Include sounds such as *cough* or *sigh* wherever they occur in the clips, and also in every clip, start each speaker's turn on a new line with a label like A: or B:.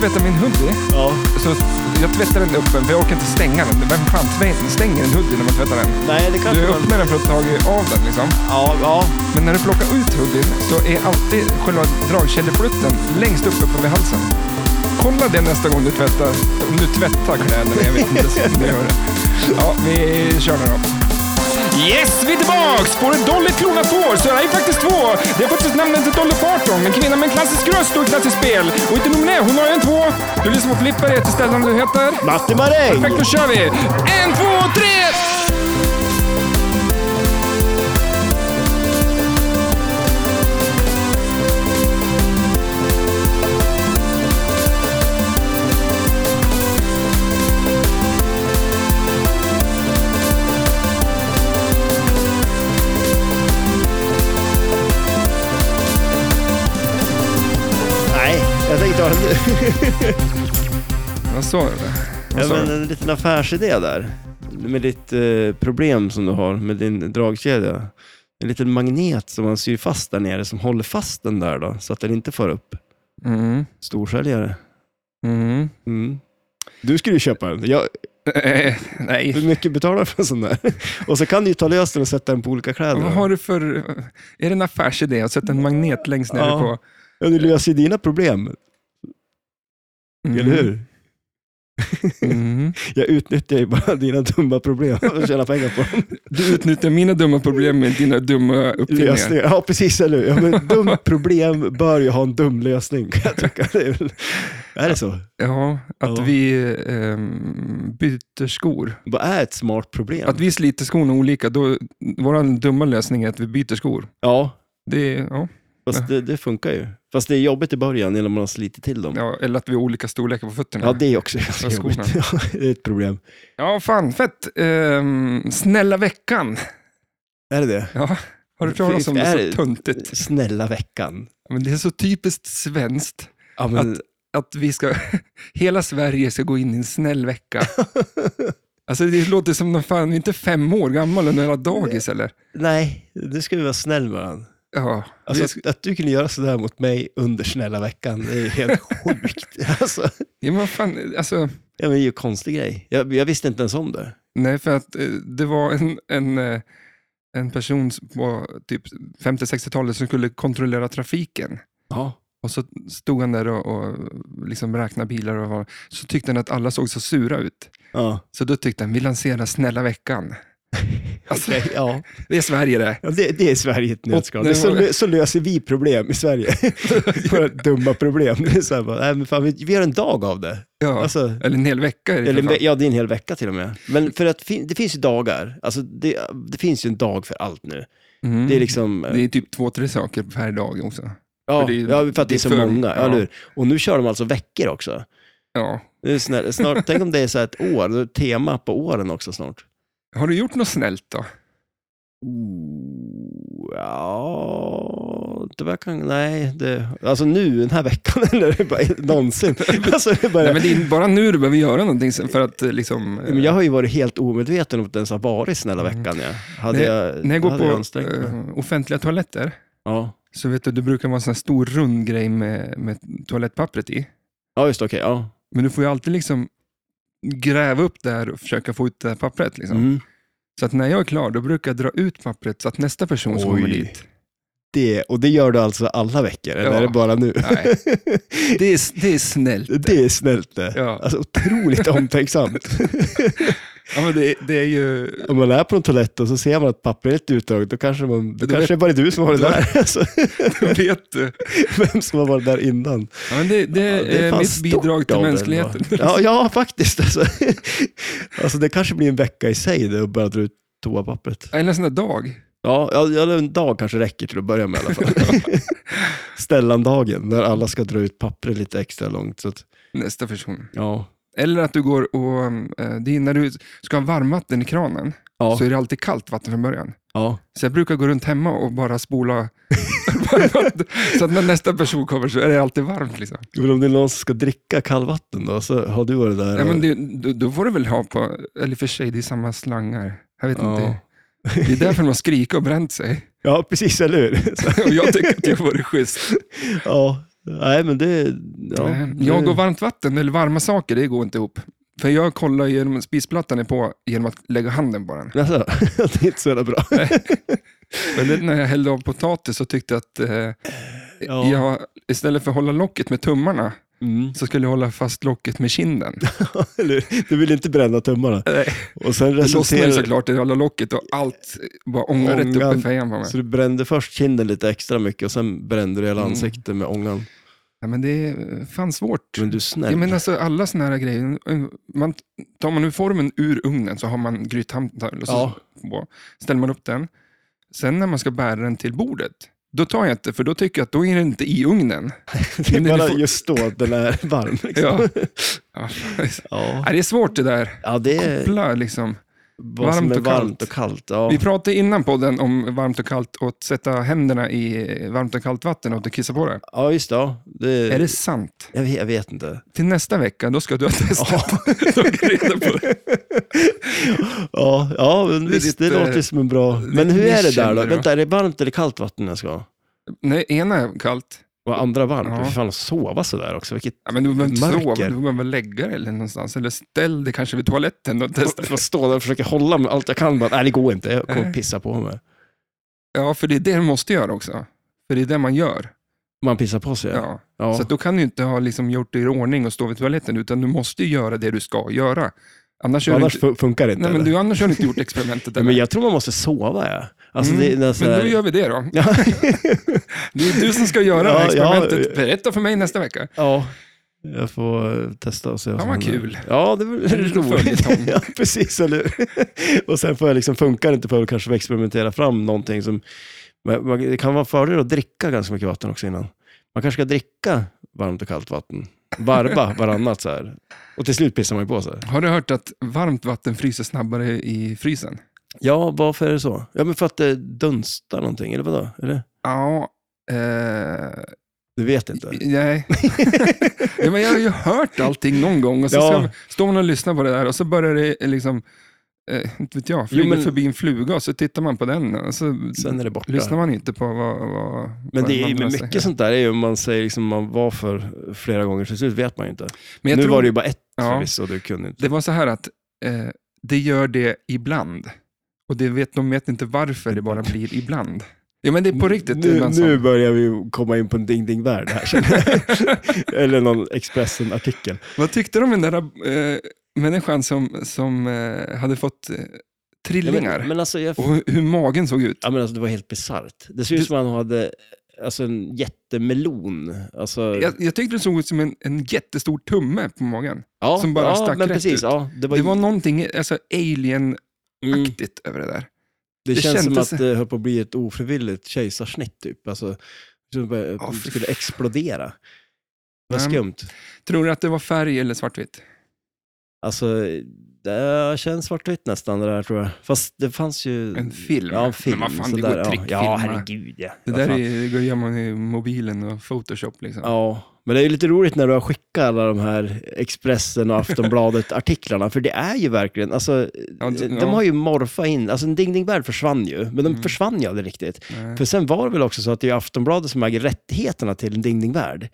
A: tvätta min hoodie.
B: Ja.
A: Så jag tvättar den öppen, för jag orkar inte stänga den. Vem fan tvätt- stänger en hoodie när man tvättar den?
B: Nej, det
A: Du
B: kanske
A: öppnar den för att ta av den liksom.
B: Ja, ja.
A: Men när du plockar ut hoodien så är alltid själva dragkedjeflutten längst uppe på vid halsen. Kolla det nästa gång du tvättar. Om du tvättar kläderna, jag vet inte om du gör det. Ja, vi kör nu då. Yes, vi är tillbaks! Får en Dolly klonat hår, så det här är faktiskt två. Det har fått sitt namn efter Dolly Parton, en kvinna med en klassisk röst och ett klassiskt spel. Och inte nog med det, hon har ju en två. Du lyssnar på Flipper, jag heter Stellan, du heter?
B: Matti Maräng!
A: Perfekt, då kör vi! En, två, tre!
B: Nej, jag tänkte ha en, *laughs*
A: Vad sa du? Vad
B: ja,
A: sa
B: men
A: du?
B: en liten affärsidé där. Med ditt eh, problem som du har med din dragkedja. En liten magnet som man syr fast där nere som håller fast den där då, så att den inte far upp.
A: Mm,
B: Storsäljare.
A: mm.
B: Mm. Du skulle ju köpa den. Jag,
A: Eh, *laughs* nej.
B: hur mycket betalar du för en sån där? *laughs* Och så kan du ju ta lös den och sätta den på olika kläder.
A: Vad har du för... Är det en affärsidé att sätta en magnet längst nere
B: Ja.
A: på?
B: Ja, du löser ju dina problem,
A: Mhm.
B: eller hur?
A: Mhm.
B: Jag utnyttjar ju bara *laughs* dina dumma problem och tjänar pengar på dem.
A: Du utnyttjar mina dumma problem med dina dumma uppfinningar.
B: Lösningar. Ja, precis. Eller hur? Ja,
A: *laughs*
B: men dum problem bör ju ha en dum lösning, kan jag tycka. Det är, väl... är det så?
A: Ja, att
B: Ja.
A: vi ehm, byter skor.
B: Vad är ett smart problem?
A: Att vi sliter skorna olika. Då, vår dumma lösning är att vi byter skor.
B: Ja,
A: Det är, ja,
B: fast det, det funkar ju. Fast det är jobbigt i början innan man har slitit till dem.
A: ja, eller att vi har olika storlekar på fötterna.
B: Ja, det är också
A: Ja,
B: ganska
A: skorna.
B: jobbigt. *laughs* Ja, det är ett problem.
A: Ja, fan fett. Ehm, snälla veckan.
B: Är det det?
A: Ja. Har du klarat som det
B: Är
A: är
B: det-
A: så töntigt?
B: Snälla veckan.
A: Men det är så typiskt svenskt.
B: Ja, men,
A: att vi ska, *laughs* hela Sverige ska gå in i en snäll vecka. Alltså det låter som de fan, vi är inte fem år gammal och några dagis eller?
B: Nej, nu ska vi vara snäll med varandra.
A: Ja,
B: Alltså,
A: vi
B: att, att du kunde göra sådär mot mig under snälla veckan, det
A: *laughs*
B: är helt sjukt. Alltså,
A: ja, men fan, alltså,
B: ja, men det är ju en konstig grej. Jag, jag visste inte ens om det.
A: nej för att eh, det var en, en, eh, en person på typ 50-60-talet som skulle kontrollera trafiken.
B: Ja.
A: Och så stod han där och, och liksom räknade bilar och var, så tyckte han att alla såg så sura ut.
B: ja.
A: Så då tyckte han, vi lanserar snälla veckan. Alltså,
B: Okej, ja.
A: Det är Sverige det.
B: ja det, det är Sverige i ett nötskal.
A: Och-
B: Det är Så, lö- så löser vi problem
A: *laughs*
B: i Sverige. Våra dumma problem. Det är så här bara, nej, men fan, vi, vi gör en dag av det.
A: Ja.
B: Alltså,
A: eller en hel vecka. är det för
B: eller,
A: fan.
B: ja, det är en hel vecka till och med. Men för att fin- det finns ju dagar. Alltså, det, det finns ju en dag för allt nu.
A: Mm.
B: Det är liksom...
A: Det är typ två, tre saker per dag också.
B: ja,
A: det är-
B: ja, för att det är så
A: det är för-
B: många. Ja.
A: ja.
B: eller hur? Och nu kör de alltså veckor också.
A: Ja.
B: Det är snäll, snart, tänk om det är så här ett år, då är det tema på åren också snart.
A: Har du gjort något snällt
B: Eh.
A: då?
B: Ooh, Oh, Ja, det verkar... Nej, det, alltså nu, den här veckan, *laughs* eller det bara,
A: *laughs*
B: någonsin. Alltså, det bara,
A: Nej,
B: men
A: men det är bara nu du behöver göra någonting sen för att eh, liksom... eh,
B: jag har ju varit helt omedveten om att det ens har varit snälla veckan. Ja. Hade
A: Nej,
B: jag,
A: Mm. eh, när jag går
B: hade jag
A: på
B: ansträngt mig.
A: eh, offentliga toaletter,
B: Ja.
A: så vet du, det brukar vara en sån här stor rund grej med, med toalettpappret i.
B: ja, just det, okej. ja.
A: Men du får ju alltid liksom gräva upp där och försöka få ut det här pappret. Liksom.
B: Mm.
A: Så att när jag är klar, då brukar jag dra ut pappret så att nästa person som
B: Oj.
A: kommer dit...
B: Det, och det gör du alltså alla veckor, eller
A: Ja.
B: är det bara nu?
A: Nej, det är, det är snällt.
B: *laughs* Det är snällt det.
A: Ja.
B: Alltså otroligt
A: *laughs*
B: omtänksamt.
A: Ja, men det, det är ju... *laughs*
B: Om man är på en toalett och så ser man att pappret är lite utdraget, då kanske, man, då
A: Då
B: kanske det bara är du som har det
A: då-
B: där. *laughs* Alltså,
A: Vet du?
B: *laughs* vem som har varit där innan.
A: Ja, men det, det,
B: Ja, det
A: är
B: fan
A: Eh, mitt
B: stort
A: bidrag till
B: av den,
A: mänskligheten.
B: va? Ja, ja, faktiskt. Alltså. *laughs* alltså, det kanske blir en vecka i sig det att börja dra ut toapappret.
A: Eller en sån där dag.
B: Ja, ja, ja, en dag kanske räcker till att börja med i alla fall.
A: *laughs*
B: Stellandagen, när alla ska dra ut pappret lite extra långt. Så att,
A: Nästa person.
B: ja.
A: Eller att du går och, eh, det är när du ska ha varmvatten i kranen,
B: Ja,
A: så är det alltid kallt vatten från början.
B: ja.
A: Så jag brukar gå runt hemma och bara
B: *laughs*
A: spola varmvatten. så att när nästa person kommer så är det alltid varmt. Liksom.
B: Men om det är någon som ska dricka kallvatten då, så har du varit där.
A: Ja,
B: och-
A: men det, då, då får du väl ha på, eller i och för sig, det är samma slangar. Jag vet
B: Ja.
A: inte. Det är därför man har
B: *laughs*
A: skrikit och bränt sig.
B: ja precis, eller hur? *laughs* Så-
A: Och jag tycker att jag vore schysst.
B: ja. Nej, men det... Ja,
A: Nej,
B: det-
A: jag och varmt vatten eller varma saker, det går inte ihop. För jag kollar genom spisplattan är på genom att lägga handen på den.
B: *laughs* Alltså, *laughs* det är inte så jävla bra.
A: Men det, när jag hällde av potatis så tyckte jag att eh,
B: Ja.
A: jag, istället för att hålla locket med tummarna
B: Mm.
A: så skulle jag hålla fast locket med kinden.
B: *laughs* Eller, du vill inte bränna tummarna.
A: Nej.
B: Och sen
A: Det lossnade ju
B: resulterar
A: såklart i hela locket och allt bara ångade rätt upp
B: Ångan.
A: i fejan på mig.
B: Så du brände först kinden lite extra mycket och sen brände du hela
A: Mm.
B: ansiktet med ångan.
A: Ja, men det är fan svårt.
B: Men du är snäll.
A: Ja, men alltså, alla såna här grejer, man, tar man nu formen ur ugnen så har man grythantel och så *laughs*
B: Ja.
A: på. ställer man upp den. Sen när man ska bära den till bordet, då tar jag inte, för då tycker jag att då är den inte i ugnen.
B: det är
A: men
B: bara
A: du får-
B: just då att den är *laughs* varm. Liksom.
A: Ja. Ja. *laughs*
B: Ja.
A: Nej, det är svårt det där.
B: ja, det är
A: Koppla, liksom.
B: vad varmt som
A: varmt
B: är
A: och
B: varmt
A: kallt.
B: och kallt. Ja.
A: Vi pratade innan podden om varmt och kallt och att sätta händerna i varmt och kallt vatten och att kissa på det.
B: ja, just det. Ja. det...
A: Är det sant?
B: Jag, vet, jag vet inte.
A: Till nästa vecka, då ska du ha testat. *laughs* Då kan du reda på det.
B: Ja, ja men visst, det
A: Visst, eh,
B: låter ju som en bra... Men
A: ni
B: hur är det där
A: känner
B: då?
A: det, va?
B: Vänta, är det varmt eller kallt vatten jag ska ha?
A: Nej, ena är kallt.
B: Och andra varmt?
A: Ja.
B: Fy fan, att sova sådär också. Vilket...
A: Ja, men du behöver inte
B: Mörker.
A: sova, du behöver bara lägga dig eller någonstans. Eller ställ dig kanske vid toaletten
B: *laughs*
A: och testa.
B: Jag står där och försöker hålla med allt jag kan. Bara, nej, det går inte. Jag kommer pissa på mig.
A: Ja, för det är det du måste göra också. För det är det man gör.
B: Man pissar på sig.
A: Ja.
B: Ja.
A: Så att då kan du inte ha liksom gjort det i ordning och stå vid toaletten, utan du måste ju göra det du ska göra. Annars, gör
B: Annars
A: du inte...
B: fu- funkar det inte.
A: Nej, men
B: eller?
A: du, annars har du inte gjort *laughs* experimentet.
B: Nej,
A: eller?
B: men jag tror man måste sova. Ja. Alltså,
A: Mm,
B: det, det är så
A: Men
B: här...
A: då gör vi det då.
B: *laughs* ja,
A: Det är du som ska
B: *laughs*
A: göra
B: Ja,
A: det här experimentet.
B: ja.
A: Berätta för mig nästa vecka.
B: ja, jag får eh, testa och se. vad
A: Fan,
B: som
A: vad
B: händer.
A: kul.
B: Ja, det är
A: liten följetong.
B: roligt. *laughs* ja, precis, eller hur? *laughs* Och sen får jag liksom, funkar det inte på att kanske experimentera fram någonting som... Men man- det kan vara en fördel att dricka ganska mycket vatten också innan. Man kanske ska dricka varmt och kallt vatten. Varva *laughs* varannat så här. Och till slut pissar man ju på sig.
A: Har du hört att varmt vatten fryser snabbare i frysen?
B: Ja, varför är det så? Ja, men för att det dunstar någonting, eller vadå? Eller?
A: Ja. Eh,
B: Du vet inte? *laughs*
A: nej. ja, men jag har ju hört allting någon gång och så
B: Ja.
A: ska, står man och lyssnar på det där och så börjar det liksom, eh, inte vet jag, flyga
B: men-
A: förbi en fluga och så tittar man på den och så
B: Sen är det borta.
A: lyssnar man inte på vad... vad
B: Men
A: vad
B: det är
A: man
B: ju
A: vill
B: mycket
A: säga.
B: sånt där är ju om man säger liksom man var för flera gånger till slut vet man ju inte.
A: Men jag
B: Nu
A: tror,
B: var det ju bara ett
A: Ja.
B: förvisso, du kunde inte.
A: det var så här att eh, det gör det ibland. Och det vet, de vet inte varför det bara blir ibland. Ja, men det är på riktigt.
B: Nu,
A: ibland så.
B: nu börjar vi ju komma in på en ding ding värld här känner
A: *laughs*
B: jag. Eller någon Expressen-artikel.
A: Vad tyckte du om den där eh, människan som, som eh, hade fått eh, trillingar?
B: men, men alltså, jag,
A: Och hur, hur magen såg ut?
B: ja, men alltså, det var helt bisarrt. Det ser ut
A: Du-
B: som att han hade alltså, en jättemelon. Alltså,
A: Jag, jag tyckte det såg ut som en, en jättestor tumme på magen.
B: ja,
A: som bara
B: ja,
A: stack
B: men
A: rätt
B: precis,
A: ut.
B: Ja, det var,
A: Det var någonting alltså, alien-aktigt
B: mm,
A: över det där.
B: det,
A: det
B: känns som att
A: kändes-
B: det höll på att bli ett ofrivilligt kejsarsnitt typ. Alltså, som bara,
A: Ja, fy
B: skulle
A: fan.
B: explodera. Vad
A: Nej, men-
B: skumt.
A: Tror du att det var färg eller svartvitt?
B: Alltså, det känns svartvitt nästan det där tror jag. Fast det fanns ju...
A: En film.
B: Ja, en film.
A: Men vad fan, det
B: sådär,
A: går att
B: ja. ja,
A: trickfilma.
B: herregud ja.
A: Det
B: Vad
A: där
B: fan.
A: är, det går att gömma i mobilen och Photoshop. Liksom.
B: Ja, men det är ju lite roligt när du har skickat alla de här Expressen och Aftonbladet-artiklarna, för det är ju verkligen, alltså,
A: Ja, d-
B: de
A: ja.
B: har ju morfat in, alltså en Ding Ding Värld försvann ju, men de
A: Mm.
B: försvann ju aldrig riktigt.
A: Nej.
B: För sen var det väl också så att det är Aftonbladet som äger rättigheterna till en Ding Ding Värld.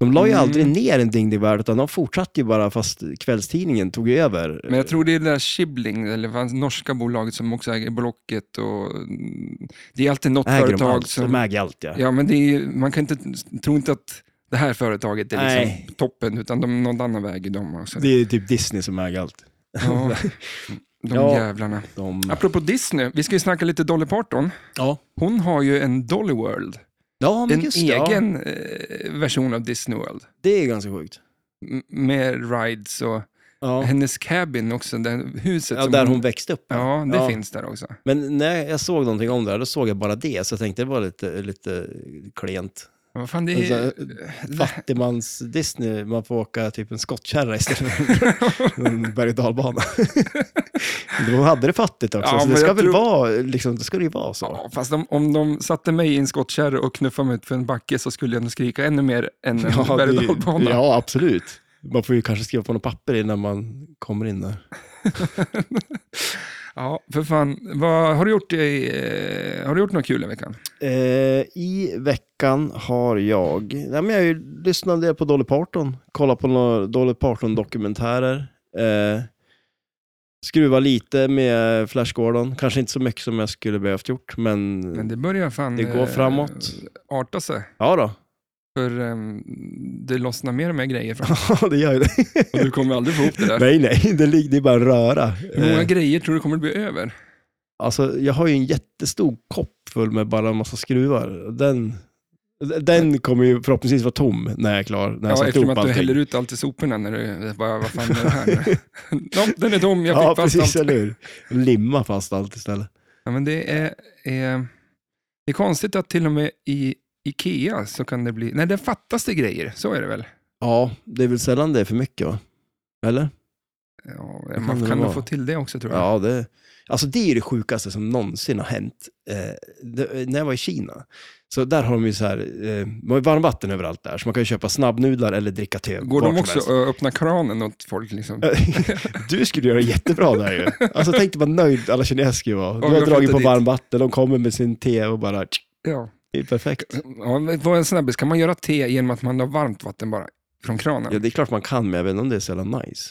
B: De la ju
A: Mm.
B: aldrig ner en Ding Ding Värld, utan de fortsatte ju bara, fast kvällstidningen tog ju över.
A: Men jag tror det är det där Shibling, eller vad, norska bolaget som också äger Blocket. Och, mm, det är alltid något
B: äger de,
A: företag
B: allt.
A: som...
B: de äger allt ja.
A: Ja, men det är, man kan inte tro inte att det här företaget är
B: Nej.
A: liksom toppen, utan de, någon annan väg är de också.
B: Det är typ Disney som äger allt.
A: Ja, de
B: *laughs* Ja.
A: jävlarna.
B: De...
A: Apropå Disney, vi ska ju snacka lite Dolly Parton.
B: Ja.
A: Hon har ju en Dolly World,
B: ja, men
A: en
B: just det. Ja,
A: egen eh, version av Disney World.
B: det är ganska sjukt.
A: M- Med rides och
B: Ja.
A: hennes cabin också, det huset.
B: Ja,
A: som
B: där hon växte upp.
A: Ja, det
B: Ja.
A: finns där också.
B: Men när jag såg någonting om det här, då såg jag bara det, så jag tänkte det var lite, lite klent.
A: Vad fan, det
B: Men så
A: är...
B: här, eh, Fattigmans-Disney, man får åka typ en skottkärra istället
A: *laughs*
B: för en berg och dalbana. Hon hade det fattigt också,
A: Ja,
B: så det
A: men
B: ska
A: jag
B: väl
A: tror-
B: vara, liksom, det ska det ju vara så.
A: Ja, fast om, om de satte mig i en skottkärra och knuffade mig ut för en backe så skulle jag nog skrika ännu mer än en
B: *laughs* Ja,
A: berg och
B: det-
A: dalbana.
B: ja, absolut. Man får ju kanske skriva på något papper innan man kommer in där.
A: Ja, för fan. Vad, har, du gjort i, eh, har du gjort något kul i veckan?
B: Eh, I veckan har jag, nej, men jag har ju lyssnat en del på Dolly Parton, kollat på några Dolly Parton-dokumentärer, eh, skruva lite med Flash Gordon, kanske inte så mycket som jag skulle behövt gjort, men,
A: Men det börjar fan
B: det går
A: eh,
B: framåt.
A: arta sig.
B: Ja då, *laughs*
A: För ehm, det lossnar mer och mer grejer
B: *laughs*
A: fram.
B: Ja, det gör ju det.
A: Och du kommer aldrig få ihop det där.
B: Nej, nej, det ligger det är bara en röra.
A: Hur många
B: Eh,
A: grejer tror du kommer bli över?
B: Alltså, jag har ju en jättestor kopp full med bara en massa skruvar. Den, den kommer ju förhoppningsvis vara tom när jag är klar. När jag
A: Ja,
B: har satt
A: eftersom
B: ihop
A: att du häller
B: allting.
A: ut allt i soporna när du bara, vad fan är det här
B: *laughs*
A: nu? no, den är tom, jag fick
B: Ja,
A: fast
B: precis,
A: allt.
B: eller hur? Limma fast allt istället.
A: Ja, men det är, eh, det är konstigt att till och med i Ikea så kan det bli, nej det fattas det grejer, så är det väl?
B: Ja, det är väl sällan det är för mycket va? Eller?
A: Ja,
B: kan
A: man
B: det
A: kan nog
B: vara.
A: få till det också tror jag.
B: Ja, det, alltså det är det sjukaste som någonsin har hänt. Eh, det, när jag var i Kina, så där har de ju så här, eh, de har ju varmvatten överallt där, så man kan ju köpa snabbnudlar eller dricka te.
A: Går
B: vart
A: de
B: som
A: också
B: helst.
A: och öppnar kranen åt folk liksom?
B: *laughs* Du skulle göra jättebra där ju. Alltså tänk dig vad nöjd alla kineser skulle vara. Du
A: de
B: har dragit
A: flyttar
B: på
A: dit.
B: varmvatten, de kommer med sin te och bara, tsk,
A: Ja.
B: det är perfekt.
A: ja, men vad är en snabbis? Kan man göra te genom att man har varmt vatten bara från kranen?
B: Ja, det är klart man kan, men jag vet inte om det är så jävla nice.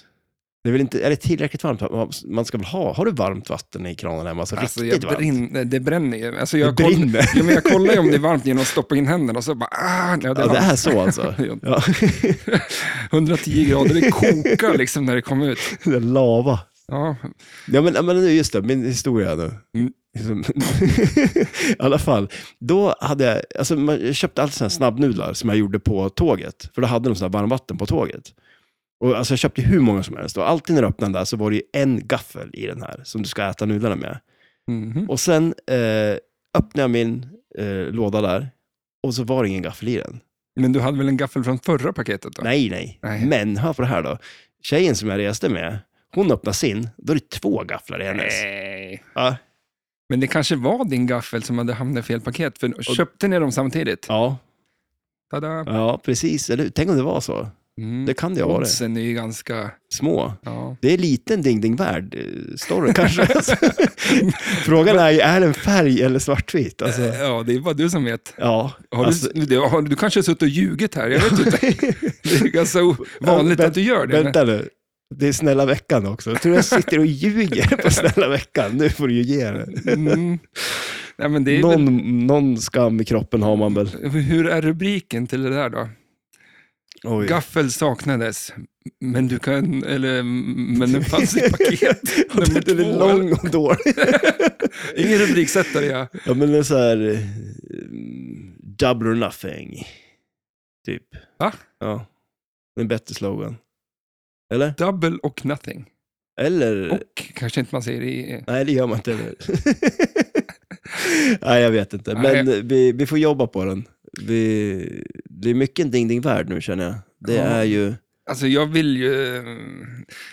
B: Det är väl inte, är det tillräckligt varmt? Man- Man ska väl ha, har du varmt vatten i kranen hemma? Alltså,
A: Alltså, jag
B: riktigt varmt.
A: brinner, det bränner ju. Alltså,
B: Det
A: jag koll-
B: brinner.
A: Ja, men jag kollar ju om det är varmt genom att stoppa in händerna och så bara, ah, nej, det
B: Ja,
A: är
B: det
A: varmt.
B: är så
A: *laughs*
B: alltså.
A: Ja,
B: Ja,
A: 110 grader, det kokar liksom när det kommer ut.
B: det är lava.
A: Ja,
B: Ja men, ja, men nu, just det, min historia nu.
A: Mm.
B: Som- *laughs* I alla fall, då hade jag, alltså man, jag köpte alltid sådana här snabbnudlar som jag gjorde på tåget. För då hade de sådana här varmvatten på tåget. Och alltså jag köpte hur många som helst. Och alltid när du öppnade den där så var det ju en gaffel i den här som du ska äta nudlarna med.
A: Mhm.
B: Och sen eh, öppnade jag min eh, låda där och så var det ingen gaffel i den.
A: Men du hade väl en gaffel från förra paketet då?
B: Nej, nej,
A: Nej.
B: Men hör på det här då. Tjejen som jag reste med, hon öppnade sin, då är det två gafflar i hennes.
A: Nej.
B: Ja.
A: Men det kanske var din gaffel som hade hamnat i fel paket, för köpte ni dem samtidigt?
B: ja,
A: Tada!
B: Ja, precis. Eller hur? Tänk om det var så.
A: Mm.
B: Det kan det ju vara. det.
A: Oddsen är ju ganska...
B: Små.
A: Ja.
B: Det är liten ding ding värld eh, story kanske.
A: *laughs*
B: Alltså. Frågan är ju, är den färg eller svartvit? Alltså,
A: Eh, ja, det är bara du som vet.
B: ja.
A: Har
B: alltså,
A: du, det- har, du kanske har suttit och ljugit här, jag vet inte.
B: *laughs*
A: Det är ganska o- vanligt
B: Ja,
A: att du gör det.
B: Vänta nu. Det är snälla veckan också. Jag tror jag sitter och ljuger på snälla veckan. Nu får du ju ge det.
A: Mm. Nej, men det är väl,
B: Någon, någon skam i kroppen har man väl.
A: hur är rubriken till det där då?
B: Oj.
A: Gaffel saknades, men du kan... Eller, men den
B: *laughs*
A: fanns i paket. Nummer
B: Den är
A: två.
B: lång och dålig.
A: Ingen rubriksättare, ja.
B: Ja, men det är så här... eh, Double or nothing. Typ.
A: Va?
B: Ja. Det är En bättre slogan. Eller?
A: Double och nothing.
B: Eller?
A: Och kanske inte man säger i...
B: Nej, det gör man inte *laughs* heller. Nej, jag vet inte.
A: Nej.
B: Men vi, vi får jobba på den. Vi, det är mycket en ding-ding-värld nu, känner jag. Det
A: Ja.
B: är ju...
A: Alltså jag vill ju...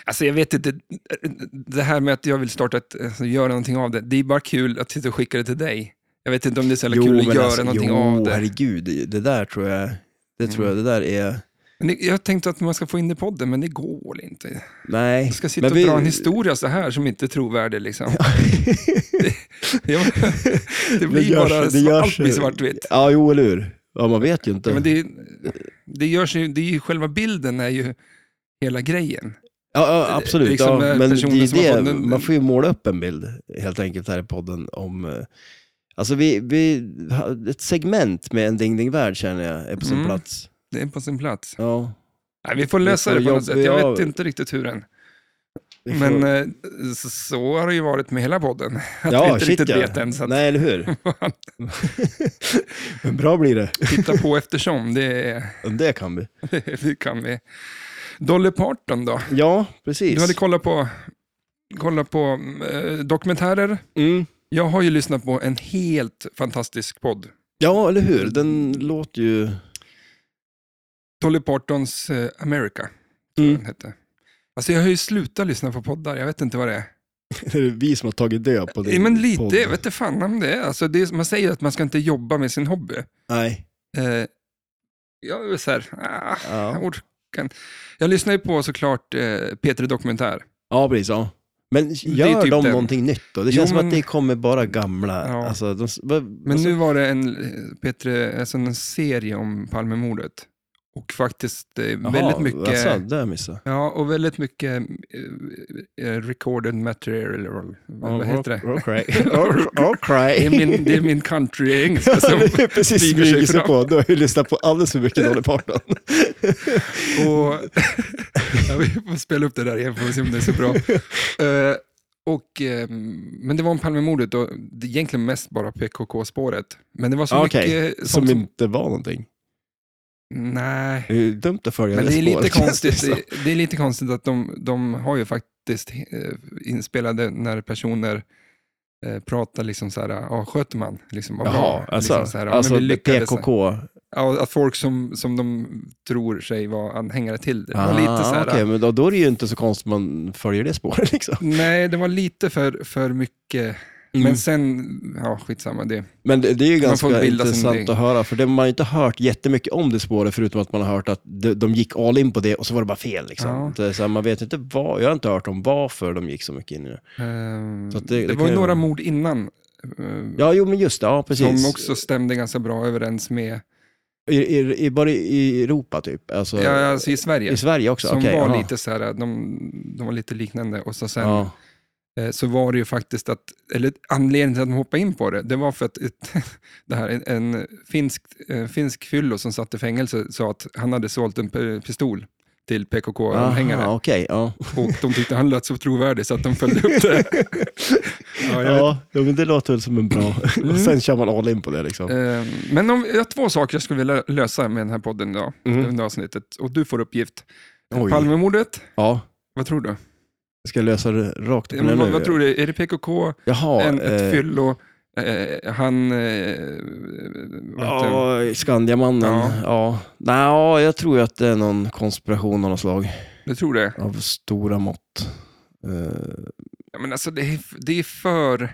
A: Alltså jag vet inte, det här med att jag vill starta ett, alltså göra någonting av det, det är bara kul att sitta och skicka det till dig. Jag vet inte om det är så jävla kul att
B: men
A: göra
B: alltså,
A: någonting
B: jo,
A: av det.
B: herregud. Det, det där tror jag... Det tror jag, det där är...
A: Men det- jag tänkte att man ska få in det i podden, men det går inte.
B: Nej.
A: Jag ska sitta
B: Men
A: och
B: vi-
A: dra en historia så här som inte är trovärdig. Liksom. *laughs*
B: *laughs*
A: Ja, det blir
B: görs-
A: bara,
B: det görs-
A: allt blir svartvitt.
B: *laughs* Ja, jo, eller hur? Ja, man vet ju inte.
A: Ja, men det, det, görs ju, det är ju, själva bilden är ju hela grejen.
B: Ja, ja absolut.
A: Liksom,
B: ja,
A: eh,
B: men det
A: personer som
B: är
A: har
B: det.
A: fått en-
B: Man får ju måla upp en bild helt enkelt här i podden om... eh, Alltså vi, vi har ett segment med en ding ding värld känner jag är på sin
A: Mm.
B: plats.
A: Det är på sin plats.
B: Ja,
A: Nej, vi får lösa
B: får
A: det på något
B: jobba-
A: sätt. Jag
B: ja.
A: vet inte riktigt hur än.
B: vi får-
A: Men eh, så- så har det ju varit med hela podden. Att vi
B: ja,
A: inte
B: shit,
A: riktigt
B: ja.
A: vet än. Så att
B: Nej,
A: *laughs*
B: eller hur? men bra blir det.
A: titta
B: *laughs*
A: på eftersom, det, är- *laughs*
B: Det kan vi.
A: det kan vi. Dolly Parton då?
B: Ja, precis.
A: Du hade kollat på, kollat på eh, dokumentärer.
B: mm.
A: Jag har ju lyssnat på en helt fantastisk podd.
B: Ja, eller hur? Den låter ju...
A: Dolly Partons eh, America,
B: Mm.
A: den hette. Alltså jag har ju slutat lyssna på poddar, jag vet inte vad det är.
B: *laughs* Det är vi som har tagit död på
A: Eh,
B: din
A: Men lite,
B: podd.
A: jag vet inte fan om det är. Alltså det är. Man säger att man ska inte jobba med sin hobby.
B: Nej.
A: Eh, jag är så här, ah,
B: Ja.
A: Jag orkar inte. Jag lyssnar ju på såklart eh, P3 Dokumentär.
B: ja, precis. Ja. Men gör
A: typ
B: de
A: den.
B: någonting nytt då? Det
A: Jo,
B: känns som
A: men-
B: att det kommer bara gamla.
A: Ja.
B: Alltså, de, s- vad-
A: Men
B: alltså,
A: nu var det en, eh, Petre, alltså en serie om Palmemordet. Och faktiskt eh,
B: jaha,
A: väldigt mycket...
B: Alltså, det har jag missat.
A: Ja, och väldigt mycket eh, eh, recorded material. eller vad heter *laughs* det?
B: Okej. Okej.
A: Det är
B: *laughs*
A: min, det är min country-engelska som...
B: det är precis
A: smyger
B: smyger
A: sig
B: sig
A: fram.
B: på. Du har ju lyssnat på alldeles för mycket Dolly Parton.
A: Och, ja, vi får spela upp det där igen, får vi se om det är så bra. Eh, och, eh, men det var om Palmemordet och det är egentligen mest bara PKK-spåret. Men det var så
B: Okej,
A: mycket...
B: Som
A: sånt *laughs* som-
B: inte var någonting.
A: Nej.
B: Det är ju dumt att följa
A: Men det är
B: spår,
A: lite
B: kan jag
A: konstigt,
B: säga.
A: det är lite konstigt att de, de har ju faktiskt eh, inspelade när personer eh, pratar liksom så här, ja sköter man? Liksom, vad
B: *laughs* Jaha,
A: bra.
B: alltså,
A: liksom så här, ja,
B: alltså
A: men vi lyckades.
B: PKK.
A: Ja, att folk som, som de tror sig vara anhängare till det. det var lite så här,
B: Ah,
A: äh.
B: okej, men då, då är det ju inte så konstigt man följer det spåret. *laughs* Liksom.
A: Nej, det var lite för, för mycket.
B: Mm.
A: Men sen, ja skitsamma det.
B: Men det, det är ju
A: Man får
B: ganska
A: bilda sin
B: intressant
A: egen-
B: att höra, för det, man har ju inte hört jättemycket om det spåret, förutom att man har hört att de, de gick all in på det och så var det bara fel. Liksom.
A: Ja.
B: Det är så här, man vet inte vad, jag har inte hört om varför de gick så mycket in i det.
A: Ehm,
B: Så att det-
A: det, var
B: det
A: ju
B: kan ju-
A: några mord innan. eh,
B: Ja, jo men just det, ja precis.
A: Som också stämde ganska bra överens med,
B: I, i, i, bara i Europa typ? Alltså,
A: ja, alltså i Sverige.
B: I Sverige också?
A: Som
B: Okej,
A: var
B: aha.
A: lite så här, de, de var lite liknande och så sen
B: Ja.
A: eh, så var det ju faktiskt att, eller anledningen till att de hoppade in på det, det var för att ett, *laughs* det här, en, en finsk, eh, finsk fyllo som satt i fängelse sa att han hade sålt en p- pistol till PKK-anhängare
B: Aha, okej, ja.
A: och de tyckte han lät så trovärdig så att de följde upp
B: *laughs*
A: det. ja, jag vet. Mm.
B: Ja, jo, men det låter väl som en bra... Och *laughs* sen kör man all in på det liksom.
A: Eh, Men om, jag har två saker jag skulle vilja lösa med den här podden idag,
B: Mm.
A: under avsnittet, och du får uppgift.
B: Oj.
A: Palmemordet,
B: ja.
A: vad tror du?
B: Ska jag lösa det rakt upp och
A: Men,
B: ner
A: vad,
B: nu?
A: vad tror du? Är det PKK?
B: Jaha,
A: en,
B: eh,
A: ett fyllo. Eh, han... Eh, vad heter han?
B: Ja, Skandiamannen.
A: Ja.
B: Ja. Ja. Nej, ja, jag tror ju att det är någon konspiration av något slag.
A: Jag tror det.
B: Av stora mått. Eh,
A: Ja, men alltså, det, är, det är för...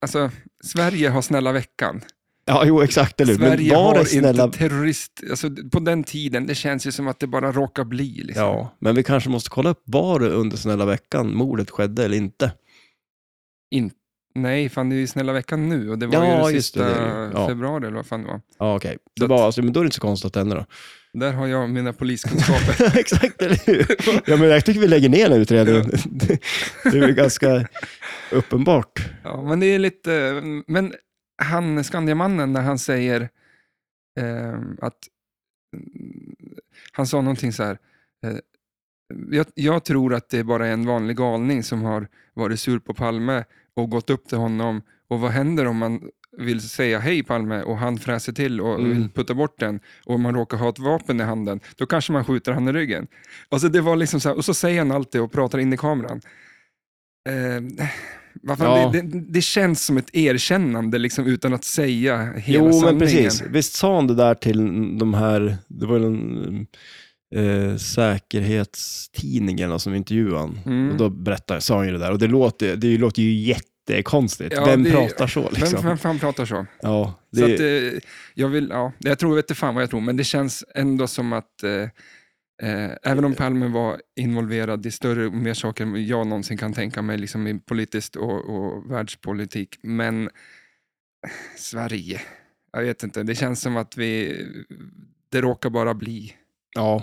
A: Alltså, Sverige har snälla veckan.
B: ja, jo exakt. Eller? hur? Men
A: Sverige
B: var
A: har
B: det snälla...
A: inte terrorist... Alltså, på den tiden, det känns ju som att det bara råkar bli. Liksom.
B: Ja, men vi kanske måste kolla upp, var det under snälla veckan mordet skedde eller inte?
A: In, nej, fan det är ju snälla veckan nu och det var
B: Ja,
A: ju det
B: just
A: sista
B: det, det är det ju. Ja.
A: februari eller vad fan det var.
B: Ja, okej.
A: Så
B: Det var, alltså, men då är det inte så konstigt att det hände då.
A: Där har jag mina poliskunskaper.
B: *laughs* Exakt, eller hur? Ja, men jag tycker vi lägger ner den utredningen. Det- *laughs* det är ju ganska uppenbart.
A: Ja, men det är lite... Men han, Skandiamannen, när han säger eh, att... mm, Han sa någonting så här. Eh, jag, jag tror att det är bara en vanlig galning som har varit sur på Palme och gått upp till honom. Och vad händer om man vill säga hej Palme och han fräser till och
B: Mm.
A: vill putta bort den och man råkar ha ett vapen i handen, då kanske man skjuter han i ryggen. Alltså det var liksom så här, och så säger han allt det och pratar in i kameran. Eh, vad fan,
B: Ja.
A: det, det, det känns som ett erkännande liksom, utan att säga hela
B: Jo, men
A: sanningen.
B: precis. Visst sa han det där till de här, det var ju en eh, säkerhetstidning eller något som intervjuade han.
A: Mm.
B: Och då berättade, sa han ju det där och det låter, det låter ju jättekonstigt.
A: Ja,
B: Vem
A: det-
B: pratar så liksom?
A: Vem, vem fan pratar så?
B: ja, det,
A: så att, eh, jag, vill, ja, jag tror, vet inte fan vad jag tror, men det känns ändå som att eh, eh, även om Palme var involverad i större och mer saker än jag någonsin kan tänka mig, liksom i politiskt och, och världspolitik, men Sverige, jag vet inte, det känns som att vi, det råkar bara bli.
B: ja.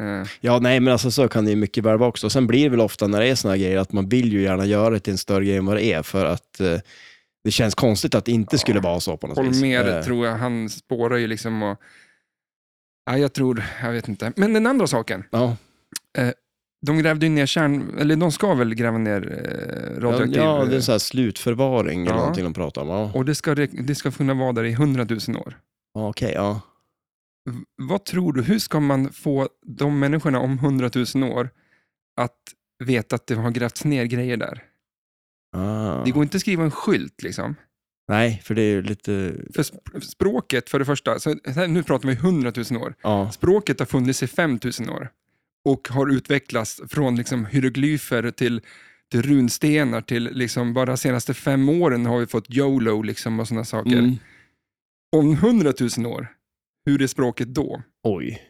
A: Eh,
B: Ja, nej, men alltså så kan det ju mycket väl vara också. Sen blir det väl ofta när det är såna här grejer att man vill ju gärna göra det till en större grej än vad det är för att eh, det känns konstigt att det inte
A: Ja.
B: skulle vara så på något vis.
A: Holmér
B: Eh,
A: tror jag, han spårar ju liksom och... Ja, jag tror, jag vet inte. Men den andra saken,
B: Ja,
A: de grävde ju ner kärn... Eller de ska väl gräva ner eh,
B: ja,
A: radioaktiv...
B: ja, det är så här slutförvaring
A: Ja.
B: eller någonting de pratar om. Ja,
A: Och det ska, re- det ska kunna vara där i hundratusen år.
B: ja okej, ja.
A: V- Vad tror du, hur ska man få de människorna om hundratusen år att veta att det har grävts ner grejer där?
B: Ah.
A: Det går inte att skriva en skylt liksom.
B: Nej, för det är ju lite,
A: För sp- språket, för det första, så här, nu pratar vi hundratusen år.
B: ja.
A: Språket har funnits i 5000 år och har utvecklats från liksom hieroglyfer till, till runstenar till liksom bara de senaste fem åren har vi fått YOLO liksom och sådana saker.
B: Mm.
A: Om 100 000 år, hur är språket då?
B: Oj.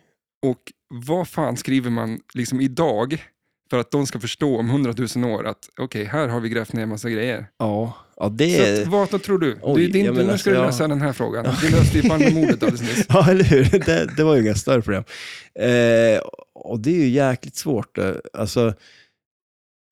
A: Och vad fan skriver man liksom idag För att de ska förstå om hundratusen år att okej, här har vi grävt ner massa grejer.
B: Ja, ja det
A: Så
B: är...
A: att, vad vad tror du?
B: Oj,
A: det är din,
B: ja, men
A: nu
B: alltså,
A: ska du
B: ja.
A: lösa den här frågan. Du löste
B: *laughs*
A: ju Palmemordet alldeles nyss.
B: *laughs* Ja, eller hur? Det, det var ju inga större problem. Eh, och det är ju jäkligt svårt. eh, Alltså,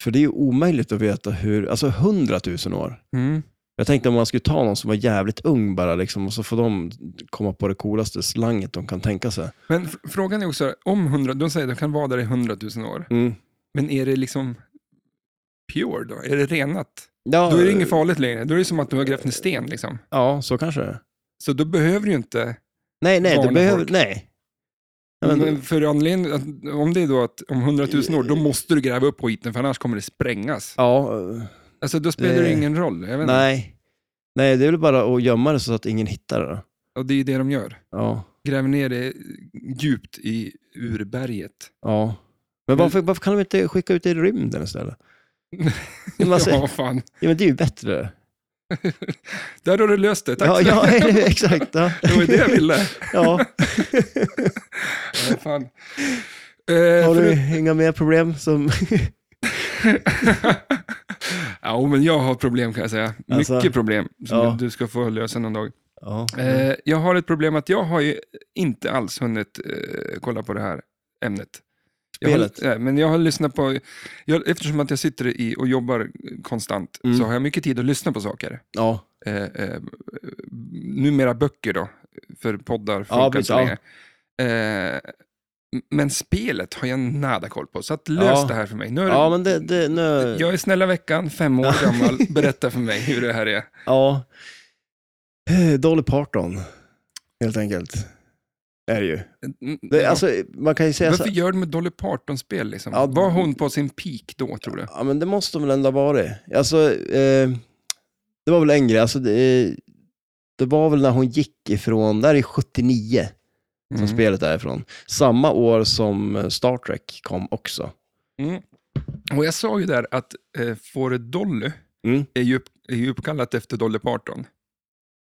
B: för det är ju omöjligt att veta hur, alltså hundratusen år.
A: Mm.
B: Jag tänkte om man skulle ta någon som var jävligt ung bara, liksom, och så får de komma på det coolaste slanget de kan tänka sig.
A: Men fr- frågan är också, om 100, de säger att de kan vara där i hundratusen år,
B: Mm.
A: men är det liksom pure då? Är det renat?
B: Ja,
A: Då är det inget farligt längre. Då är det som att du har grävt ner sten. Liksom.
B: Ja, så kanske det är.
A: Så då behöver du ju inte...
B: Nej, nej,
A: Vanligt
B: du behöver,
A: folk. Mm.
B: nej. Ja, men-
A: Men för anledningen, att- om det är då att om hundratusen år, då måste du gräva upp skiten, för annars kommer det sprängas.
B: ja, eh,
A: Alltså då spelar det
B: Det-
A: ingen roll. Jag vet inte.
B: Eh, nej. Nej, det är väl bara att gömma det så att ingen hittar det.
A: Och det är ju det de gör.
B: Ja,
A: Gräver ner det djupt i
B: *laughs*
A: urberget.
B: ja. Men varför, varför kan de inte skicka ut det i rymden
A: *laughs*
B: istället? Men alltså-
A: ja, fan.
B: Ja, men det är ju bättre.
A: Där har du löst det. Tack
B: ja,
A: så mycket.
B: ja, *laughs* exakt. Ja.
A: *laughs* Det var ju det jag ville.
B: *laughs* ja.
A: Ja, fan. Eh,
B: Har
A: förut- *laughs*
B: du inga mer problem? Som...
A: ja, men jag har problem kan jag säga. Mycket
B: Alltså,
A: problem som
B: ja.
A: du ska få lösa någon dag.
B: Ja.
A: Eh, jag har ett problem att jag har ju inte alls hunnit eh, kolla på det här ämnet. Jag
B: Spelet.
A: Har, nej, men jag har lyssnat på, jag, eftersom att jag sitter i och jobbar konstant
B: Mm.
A: så har jag mycket tid att lyssna på saker.
B: ja.
A: Eh, eh, numera böcker då, för poddar funkar inte
B: precis,
A: så
B: ja.
A: länge. Eh, m- men spelet har jag nada koll på, så att lös
B: Ja.
A: det här för mig. Nu är
B: ja, men eh, det... det nu...
A: jag är snälla veckan, fem år
B: *laughs*
A: gammal. Berätta för mig hur det här är.
B: Ja. Eh, Dolly Parton, helt enkelt. Är det ju.
A: Mm,
B: Det,
A: ja.
B: alltså, man kan ju säga så
A: Varför gör de ett Dolly Parton-spel? Liksom?
B: Ja,
A: Var hon på sin peak då, tror du?
B: Ja, men det måste de väl ändå ha varit. Alltså, eh, det var väl en grej. Alltså, det, det var väl när hon gick ifrån, där är 79 som
A: Mm.
B: spelet är ifrån. Samma år som eh, Star Trek kom också.
A: Mm. Och jag sa ju där att eh, Fåret Dolly
B: Mm.
A: är ju, upp, är ju uppkallat efter Dolly Parton.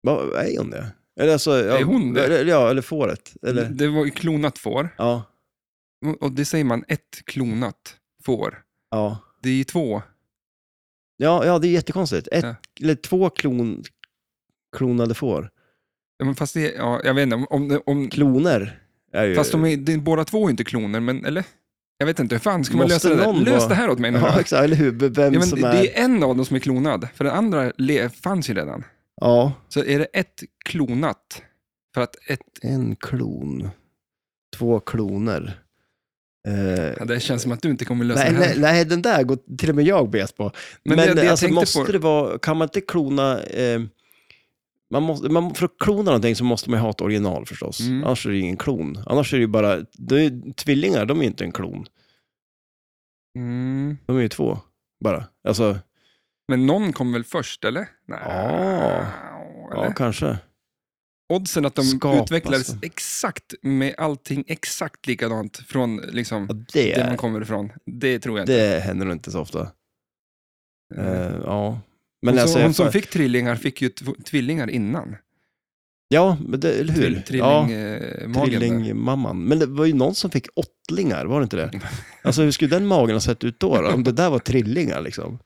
B: Vad är hon det? Eller alltså, ja,
A: Är hon det? Mm.
B: Eller, ja, eller fåret. Eller,
A: Det var ju klonat får,
B: Ja,
A: och- och det säger man ett klonat får.
B: ja.
A: Det är ju två.
B: Ja, ja, det är jättekonstigt. Ett,
A: Ja.
B: eller två klon, klonade får.
A: Ja, Men fast det, ja, jag vet inte, om, om, om,
B: Kloner är ju...
A: fast de är, det är, båda två är inte kloner, men eller? Jag vet inte, hur fan ska man
B: Måste
A: lösa det där?
B: någon
A: Lös
B: vara-
A: det här åt mig nu. då.
B: *laughs* Ja, exakt. Eller hur? Vem
A: Ja, men
B: som
A: det
B: är...
A: det är en av dem som är klonad, för den andra le- fanns ju redan.
B: Ja,
A: Så är det ett klonat, för att ett,
B: en klon. Två kloner. Eh,
A: ja, det känns som att du inte kommer lösa
B: nej,
A: det här.
B: nej, nej, den där går till och med jag bet på. Men,
A: det, det jag
B: alltså,
A: tänkte
B: måste
A: på,
B: det vara... Kan man inte klona... Eh, man måste, man, för att klona någonting så måste man ju ha ett original förstås.
A: Mm.
B: Annars är det ju ingen klon. Annars är det ju bara... Det är, ju- tvillingar, de är ju inte en klon.
A: mm,
B: De är ju två, bara. Alltså,
A: men någon kom väl först, eller? Nej. Ah.
B: ja, alltså.
A: eller?
B: kanske.
A: Oddsen att de
B: Skapas
A: utvecklades
B: de.
A: exakt med allting exakt likadant från liksom,
B: Ja, det,
A: där man kommer ifrån, det tror jag inte.
B: det händer nog inte så ofta.
A: Eh,
B: Eh, ja. alltså,
A: hon, som,
B: jag
A: hon som
B: får-
A: fick trillingar fick ju tv- tvillingar innan.
B: Ja, men det, eller hur?
A: Trill,
B: ja,
A: trilling, eh, magen där.
B: trillingmamman. Men det var ju någon som fick åttlingar, var det
A: *laughs*
B: inte det? Alltså hur skulle den magen ha sett ut då? då? Om det där var trillingar liksom?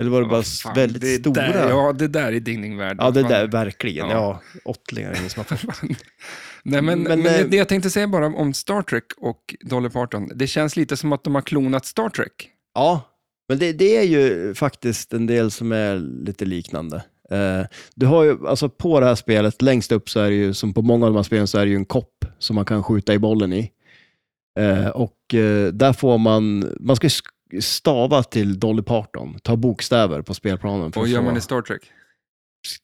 B: Eller var det bara
A: Vad fan,
B: väldigt
A: det
B: stora?
A: Där, ja, det där är dinglingvärld.
B: Ja, det
A: Fan.
B: där, verkligen.
A: Ja.
B: Ja, åttlingar, ingen som har fått.
A: *laughs* Nej, men, men,
B: Men, eh,
A: det jag tänkte säga bara om Star Trek och Dolly Parton, det känns lite som att de har klonat Star Trek.
B: Ja, men det, det är ju faktiskt en del som är lite liknande. Eh, du har ju, alltså på det här spelet, längst upp så är det ju, som på många av de här spelen, så är det ju en kopp som man kan skjuta i bollen i. Eh, och eh, där får man, man ska ju sk- stava till Dolly Parton, ta bokstäver på spelplanen. för
A: Och
B: att
A: gör
B: få-
A: man i Star Trek?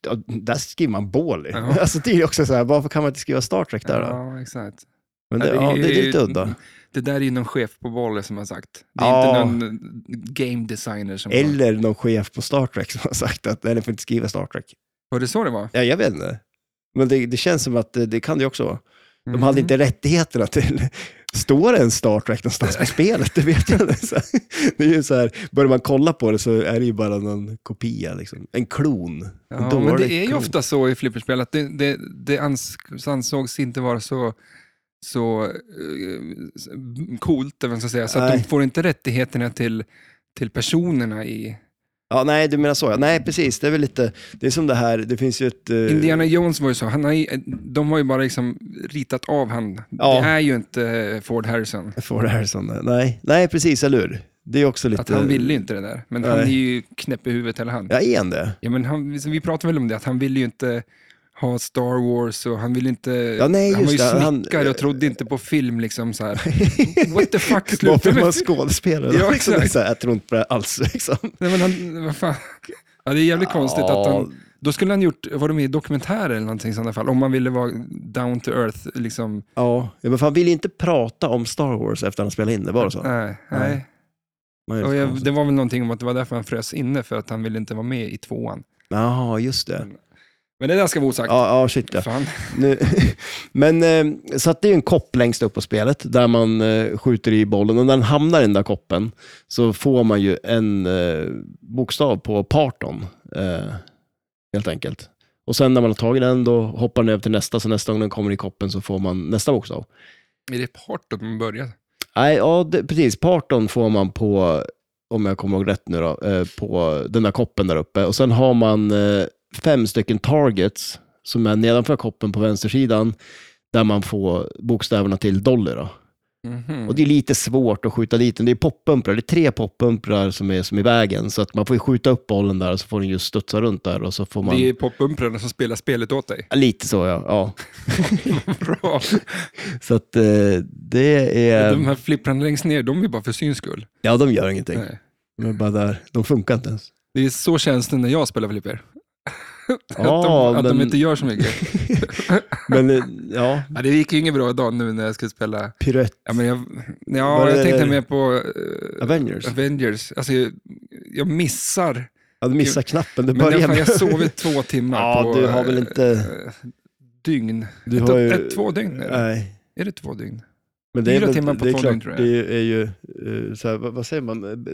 B: Ja, där skriver man Båli.
A: Ja.
B: *laughs* Alltså det är ju också så här, varför kan man inte skriva Star Trek där då?
A: Ja, exakt.
B: Men det, ja, det är lite udda.
A: Det där är ju någon chef på Bolle som har sagt. Det är
B: Ja.
A: inte någon eh, game designer som har...
B: Eller någon chef på Star Trek som har sagt att, nej, ni får inte skriva Star Trek.
A: Var det så det var?
B: Ja, jag vet inte. Men det, det känns som att det, det kan det ju också vara. De
A: Mm.
B: hade inte rättigheterna till... *laughs* Står det en Star Trek någonstans på spelet? Det vet jag inte. Så här, Det är ju så här, börjar man kolla på det så är det ju bara någon kopia, liksom. en klon. En
A: Ja, men det
B: dålig
A: är ju
B: klon.
A: ofta så i flipperspel att det, det, det ans- ansågs inte vara så så eh, coolt, eller vad man ska säga. Så att
B: Nej.
A: de får inte rättigheterna till, till personerna i...
B: Ja, nej, du menar så. Ja. Nej, precis. Det är väl lite, det är som det här, det finns ju ett... eh,
A: Indiana Jones var ju så, han har, ju- eh, de har ju bara liksom ritat av han.
B: Ja.
A: Det är ju inte eh, Ford Harrison.
B: Får det här sån där. Nej, nej, precis, eller hur? Det är också lite...
A: Att han ville ju inte det där. Men han är
B: Nej.
A: ju knäpp i huvudet, eller han.
B: Ja, är han det?
A: Ja, men han, så vi pratade väl om det, att han ville ju inte ha Star Wars och han ville inte...
B: Ja, nej,
A: han var ju
B: just det. Han-
A: snickare och trodde inte på film. Liksom,
B: *laughs*
A: så här. What the fuck, sluta
B: Bara för att
A: med...
B: man skådespelare.
A: Ja,
B: Ja, liksom,
A: exakt.
B: så här, jag tror inte på det här alls. Liksom.
A: Nej, men han, vad fan. Ja, det är jävligt konstigt att han... Då skulle han gjort, var det med i dokumentärer eller någonting i sådana fall, om man ville vara down to earth. Liksom.
B: Ja, ja, men för han ville inte prata om Star Wars efter han spelade in det, var det så?
A: Nej, nej.
B: Nej. Vad är det
A: Och
B: för
A: jag,
B: konstigt?
A: det var väl någonting om att det var därför han frös inne, för att han ville inte vara med i tvåan.
B: Jaha, just det.
A: Men det där ska vara osagt.
B: Ja, ja shit ja.
A: Fan.
B: Nu, *laughs* men eh, så att det är ju en kopp längst upp på spelet där man eh, skjuter i bollen och när den hamnar i den där koppen så får man ju en eh, bokstav på parton eh, helt enkelt. Och sen när man har tagit den då hoppar den över till nästa så nästa gång den kommer i koppen så får man nästa bokstav.
A: Är det partot man börjar?
B: Nej, ja det, precis. Parton får man på, om jag kommer ihåg rätt nu då, eh, på den där koppen där uppe. Och sen har man eh, fem stycken targets som är nedanför koppen på vänstersidan där man får bokstäverna till dollar. Då.
A: Mhm.
B: Och det är lite svårt att skjuta dit den. Det är poppumprar, det är tre poppumprar som är, som är i vägen. Så att man får ju skjuta upp bollen där och så får den ju studsa runt där och så får man...
A: Det är poppumprarna som spelar spelet åt dig. *laughs*
B: Ja, Lite så ja. ja.
A: Bra.
B: Så att eh, det
A: De
B: är...
A: här flipprarna längst ner, de är bara för syns skull.
B: Ja, de gör ingenting.
A: Nej.
B: De är bara där. De funkar inte ens.
A: Det är så känns det när jag spelar flipper. *laughs* att
B: Ja,
A: de, att de
B: Ah, men-
A: inte gör så
B: *laughs*
A: mycket.
B: Men eh, ja,
A: Ja, det gick ju inget bra idag nu när jag skulle spela.
B: piruett.
A: Ja, men jag, ja,
B: Var
A: jag
B: det-
A: tänkte mer på eh,
B: Avengers.
A: Avengers. Alltså, jag, jag missar.
B: Ja, du missade knappen. Det
A: Men
B: börjar
A: jag, fan,
B: med...
A: jag
B: *laughs*
A: sov i två timmar
B: Ja,
A: på
B: du har väl
A: eh,
B: inte...
A: dygn.
B: Du
A: ett,
B: har ju...
A: ett, två dygn? Är det,
B: Nej.
A: är det två dygn?
B: Men det är,
A: eh, Fyra
B: väl,
A: timmar på
B: det är
A: två
B: klart,
A: dygn, tror jag.
B: Det är ju, är ju eh, så här, vad, vad säger man, Eh, b-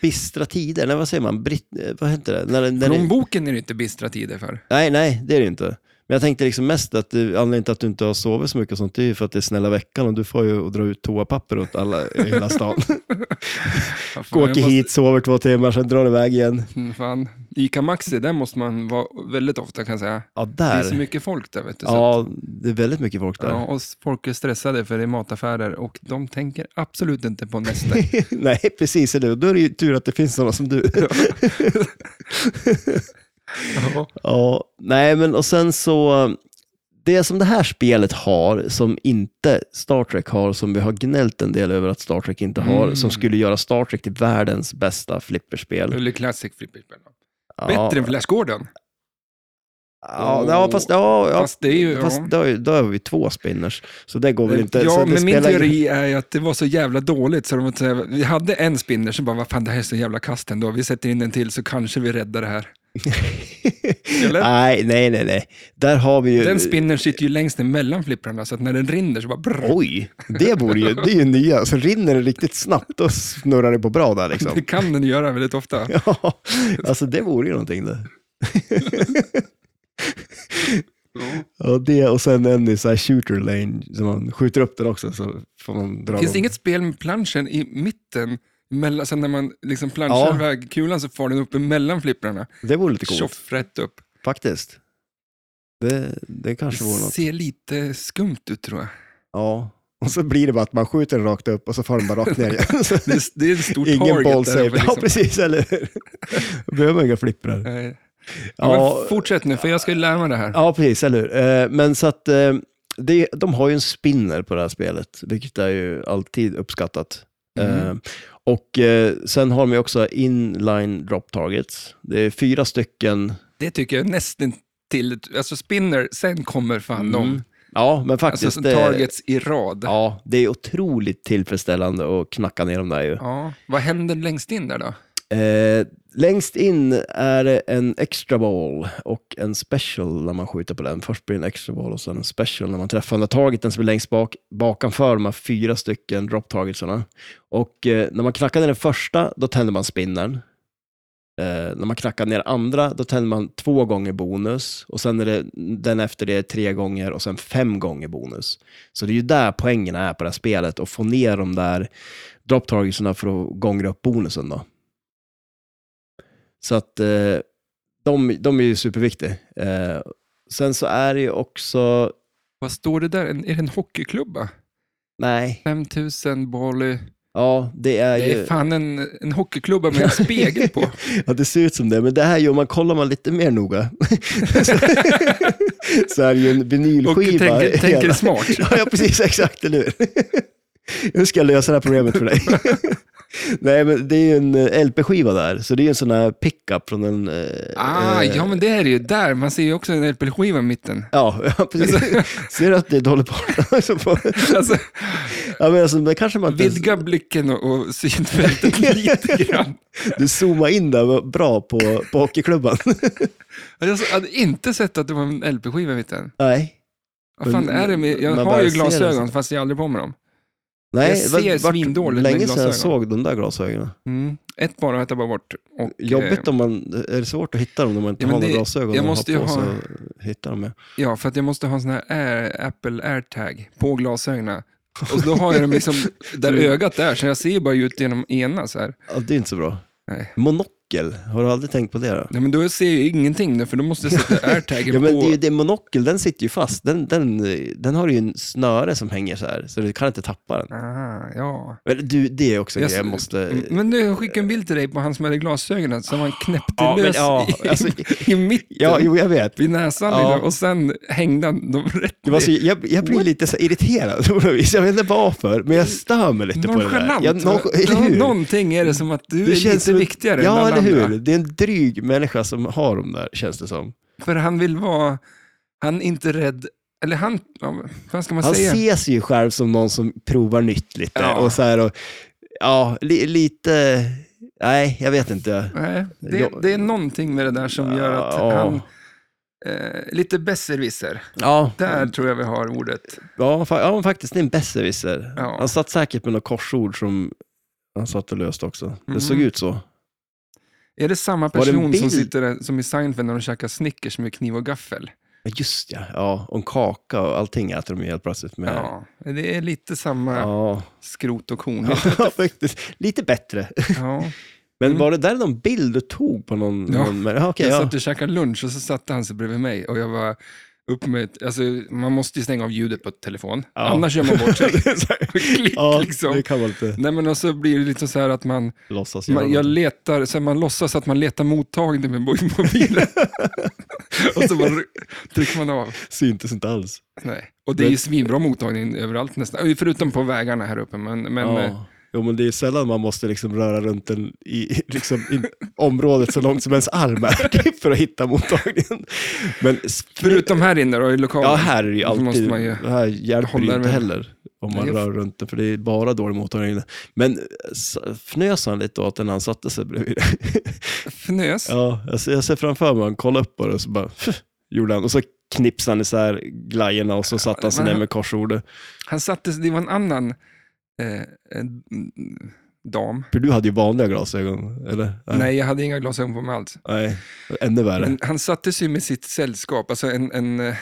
B: bistra tider? Nej, vad säger man? Brit... eh, Vad heter det? När, när det...
A: Plånboken är det inte bistra tider för.
B: Nej, nej, det är det ju inte. Men jag tänkte liksom mest att det, anledningen till att du inte har sovit så mycket och sånt, det är ju för att det är snälla veckan och du får ju att dra ut toapapper åt alla i
A: *laughs*
B: hela stan.
A: Ja, fan, jag
B: Åker
A: måste-
B: hit, sover två timmar, sen drar du iväg igen.
A: Mm, Fan. Ica Maxi, där måste man vara väldigt ofta kan jag säga.
B: Ja,
A: Det
B: där.
A: är så mycket folk där vet du. så
B: ja, det är väldigt mycket folk där.
A: Ja, och folk är stressade för det är mataffärer och de tänker absolut inte på nästa.
B: *laughs* Nej, precis. Eller? hur? Då är det ju tur att det finns sådana som du.
A: *laughs* Ja.
B: ja, nej, men och sen så, det som det här spelet har, som inte Star Trek har, som vi har gnällt en del över att Star Trek inte har,
A: Mm.
B: som skulle göra Star Trek till världens bästa flipperspel.
A: Eller Classic Flipperspel.
B: ja.
A: Bättre än Flash Gordon.
B: Ja, ja, fast, ja, ja,
A: Fast det är ju...
B: fast
A: ja.
B: då, då har vi två spinners, så det går väl inte. så
A: Eh, ja,
B: det
A: men min
B: spelar ingen-
A: teori är ju att det var så jävla dåligt, så de var så här, vi hade en spinner, så bara, vad fan, det här är så jävla kast ändå, vi sätter in en till så kanske vi räddar det
B: *laughs*
A: här. Eller?
B: Nej, nej, nej, nej. Där har vi ju...
A: Den spinnern sitter ju längst ner mellan flipprarna, så att när den rinner så bara... Brr,
B: Oj, det borde ju, det är ju nya. Så rinner det riktigt snabbt, då snurrar det på bra där
A: det
B: liksom.
A: kan den göra väldigt ofta.
B: *laughs* Ja, alltså det vore ju någonting det. Ja, det och sen en i så här shooter lane, så man skjuter upp den också så får man dra
A: Finns det
B: dem.
A: inget spel med planschen i mitten? Mellan, sen när man liksom planschar
B: Ja.
A: iväg kulan så far den upp emellan flipprarna.
B: Det vore lite coolt,
A: Tjoff, rätt upp.
B: faktiskt. Det, det
A: Det
B: kanske vore något.
A: ser lite skumt ut tror jag.
B: Ja. Och så blir det bara att man skjuter den rakt upp och så far den bara rakt ner igen. Så
A: *laughs* Det är, det är en stor
B: Ingen
A: target där
B: boll
A: uppe,
B: save. Ja,
A: liksom.
B: precis, eller hur? Då behöver man inga flipprar.
A: Eh, ja,
B: Ja.
A: men Fortsätt nu, för jag ska ju lära mig det här.
B: Ja, precis, eller hur? Eh, Men så att eh, det, de har ju en spinner på det här spelet, vilket är ju alltid uppskattat.
A: Mhm.
B: Eh, Och eh, sen har de ju också inline drop targets. Det är fyra stycken.
A: Det tycker jag nästan till, alltså spinner, sen kommer fan
B: Mm.
A: de.
B: Ja, men faktiskt.
A: Alltså
B: det,
A: targets i rad. Ja.
B: Ja, det är otroligt tillfredsställande att knacka ner dem där ju.
A: Vad händer längst in där då?
B: Eh, längst in är det en extra ball och en special när man skjuter på den. Först blir det en extra ball och sen en special när man träffar den där targeten som är längst bak, bakanför de här fyra stycken drop targetsarna. Och eh, när man knackar ner den första, då tänder man spinnern. Eh, när man knackar ner andra, då tänder man två gånger bonus och sen är det, den efter det är tre gånger och sen fem gånger bonus. Så det är ju där poängen är på det här spelet, att få ner de där drop targetsna för att gångra upp bonusen då. Så att eh, de, de är ju superviktiga. Eh, sen så är det ju också,
A: Vad står det där? En, är det en hockeyklubba?
B: nej,
A: 5000 boll.
B: ja det är
A: Det
B: ju...
A: är fan en, en hockeyklubba med en spegel på.
B: Ja, det ser ut som det, men det här ju, om man kollar man lite mer noga, *laughs* så, så är det ju *laughs* en
A: Och
B: vinylskiva.
A: tänker,
B: i
A: tänker
B: hela.
A: smart.
B: *laughs* ja, ja, precis, exakt, eller hur? *laughs* Hur ska jag lösa det här problemet för dig? *laughs* Nej, men det är ju en eh, LP-skiva där, så det är ju en sån här pickup från en... eh,
A: Ah,
B: eh,
A: ja, men det är det ju där. Man ser ju också en LP-skiva i mitten. *laughs*
B: Ja, *laughs* ja, precis. Ser du att det håller på? *laughs* Alltså, på-
A: Alltså,
B: ja, men alltså, det kanske man inte ens-
A: vidga blicken och, och
B: *laughs*
A: synfältet lite grann.
B: Du zoomar in där bra på, på hockeyklubban.
A: Jag hade inte sett att det var en LP-skiva i mitten.
B: *laughs* Nej.
A: Vad fan
B: Men-
A: är det med, jag
B: man
A: har
B: bara
A: ju
B: ser det så.
A: glasögon fast jag har aldrig på mig dem.
B: Nej,
A: Jag ser
B: det var- vart
A: svindåligt med
B: länge sedan
A: glasögon.
B: jag såg de där glasögonen.
A: Mm. Ett par har jag tappat bort. Och, eh,
B: Jobbigt om man, är det svårt att hitta dem när man inte
A: Ja, men
B: har
A: det-
B: några glasögon
A: jag
B: att
A: måste ju
B: på sig
A: ha-
B: och hitta dem med?
A: Ja, för att jag måste ha en sån här Air, Apple AirTag på glasögonen. Och då har jag dem
B: *laughs*
A: liksom där
B: Mm.
A: ögat är, så jag ser ju bara ut genom ena så här.
B: Ja, det är inte så bra.
A: Nej.
B: Monokel, har du aldrig tänkt på det då?
A: Nej, men då ser jag ju ingenting, då, för då måste jag
B: *laughs*
A: sätta airtagen
B: Ja, men
A: på.
B: det är ju det, monokel, den sitter ju fast. Den, den, den har ju en snöre som hänger så här, så du kan inte tappa den.
A: Ah, ja.
B: Men du, det är också en
A: Jag- Mm.
B: grej jag måste...
A: Men nu, jag skickade en bild till dig på han som hade glasögonen som han knäppte
B: Ja, men
A: lös
B: ja,
A: i,
B: alltså-
A: *laughs* i mitten
B: Ja, jo, jag vet.
A: vid näsan
B: Ja.
A: lilla, och sen hängde han dem rätt
B: Det var så, jag, jag blir lite så här irriterad *laughs* på något vis. Jag vet inte varför, men jag stör mig lite på det där.
A: Nonchalant.
B: Jag, nonch- eller
A: Ja,
B: hur?
A: någonting är det som att du är lite
B: som en-
A: viktigare än
B: Ja,
A: alla
B: eller hur.
A: andra.
B: Det är en dryg människa som har dem där, känns det som.
A: För han vill vara, han är inte rädd, eller han, ja, vad fan ska man
B: Han
A: säga?
B: ses ju själv som någon som provar nytt lite.
A: Ja.
B: Och så här och, ja, li, lite... Nej, jag vet inte.
A: Nej, det,
B: Jag-
A: det är någonting med det där som gör att
B: Ja.
A: han, eh, lite besserwisser.
B: Ja,
A: Där tror jag vi har ordet.
B: ja, fa- ja faktiskt. Det är en besserwisser.
A: Ja.
B: Han satt säkert med något korsord som han satt och löste också. Det såg
A: Mm.
B: ut så.
A: Är det samma
B: Var det en
A: person som
B: bild?
A: sitter där, som i Seinfeld när de käkar Snickers med kniv och gaffel?
B: Ja, Just ja, ja. Och en kaka och allting äter de ju helt plötsligt med.
A: Ja, det är lite samma
B: Ja,
A: skrot och korn.
B: *laughs* ja.
A: Ja.
B: faktiskt. Lite bättre. Men
A: Mm.
B: var det där någon bild du tog på någon?
A: Ja.
B: någon men, ja, okej,
A: Jag
B: ja. *laughs*
A: satt och käkade lunch och så satte han sig bredvid mig och jag var upp med, ett- alltså man måste ju stänga av ljudet på telefon,
B: Ja.
A: annars gör man
B: *laughs*
A: bort sig. *laughs* Klick,
B: ja,
A: liksom.
B: det kan man inte
A: Nej men och så blir det lite så här att man,
B: låtsas göra.
A: man, jag
B: något.
A: letar, så här, man låtsas att man letar mottagning med mo-
B: *laughs*
A: mobilen. och så bara trycker man av.
B: Syntes inte alls.
A: Nej. Och det är ju svinbra mottagning överallt nästan, förutom på vägarna här uppe. Men, men eh,
B: ja. Jo, men det är sällan man måste liksom röra runt den i, i *laughs* liksom, i området så långt som ens arm är *laughs* för att hitta mottagningen. Men s-
A: Förutom här inne då, i lokalen.
B: ja, här är det ju
A: Då måste
B: alltid,
A: man ju-
B: det här hjälper
A: hålla
B: ju inte
A: med.
B: heller om man
A: Nej, jag-
B: rör runt den, för det är bara dålig mottagning inne. Men eh, s- fnös han lite åt den när han satte
A: *laughs*
B: sig bredvid?
A: Fnös.
B: Ja, jag ser, jag ser framför mig, han kollade upp på det och så bara, gjorde han. Och så knipsade han isär glajjorna och så satte han sig
A: men-
B: ner med korsordet.
A: Han satte sig, det var en annan eh, en, mm, dam.
B: För du hade ju vanliga glasögon, eller?
A: Nej, Mm. jag hade inga glasögon på mig alls.
B: Nej. Ännu värre.
A: Men han satte sig med sitt sällskap, alltså en... en eh,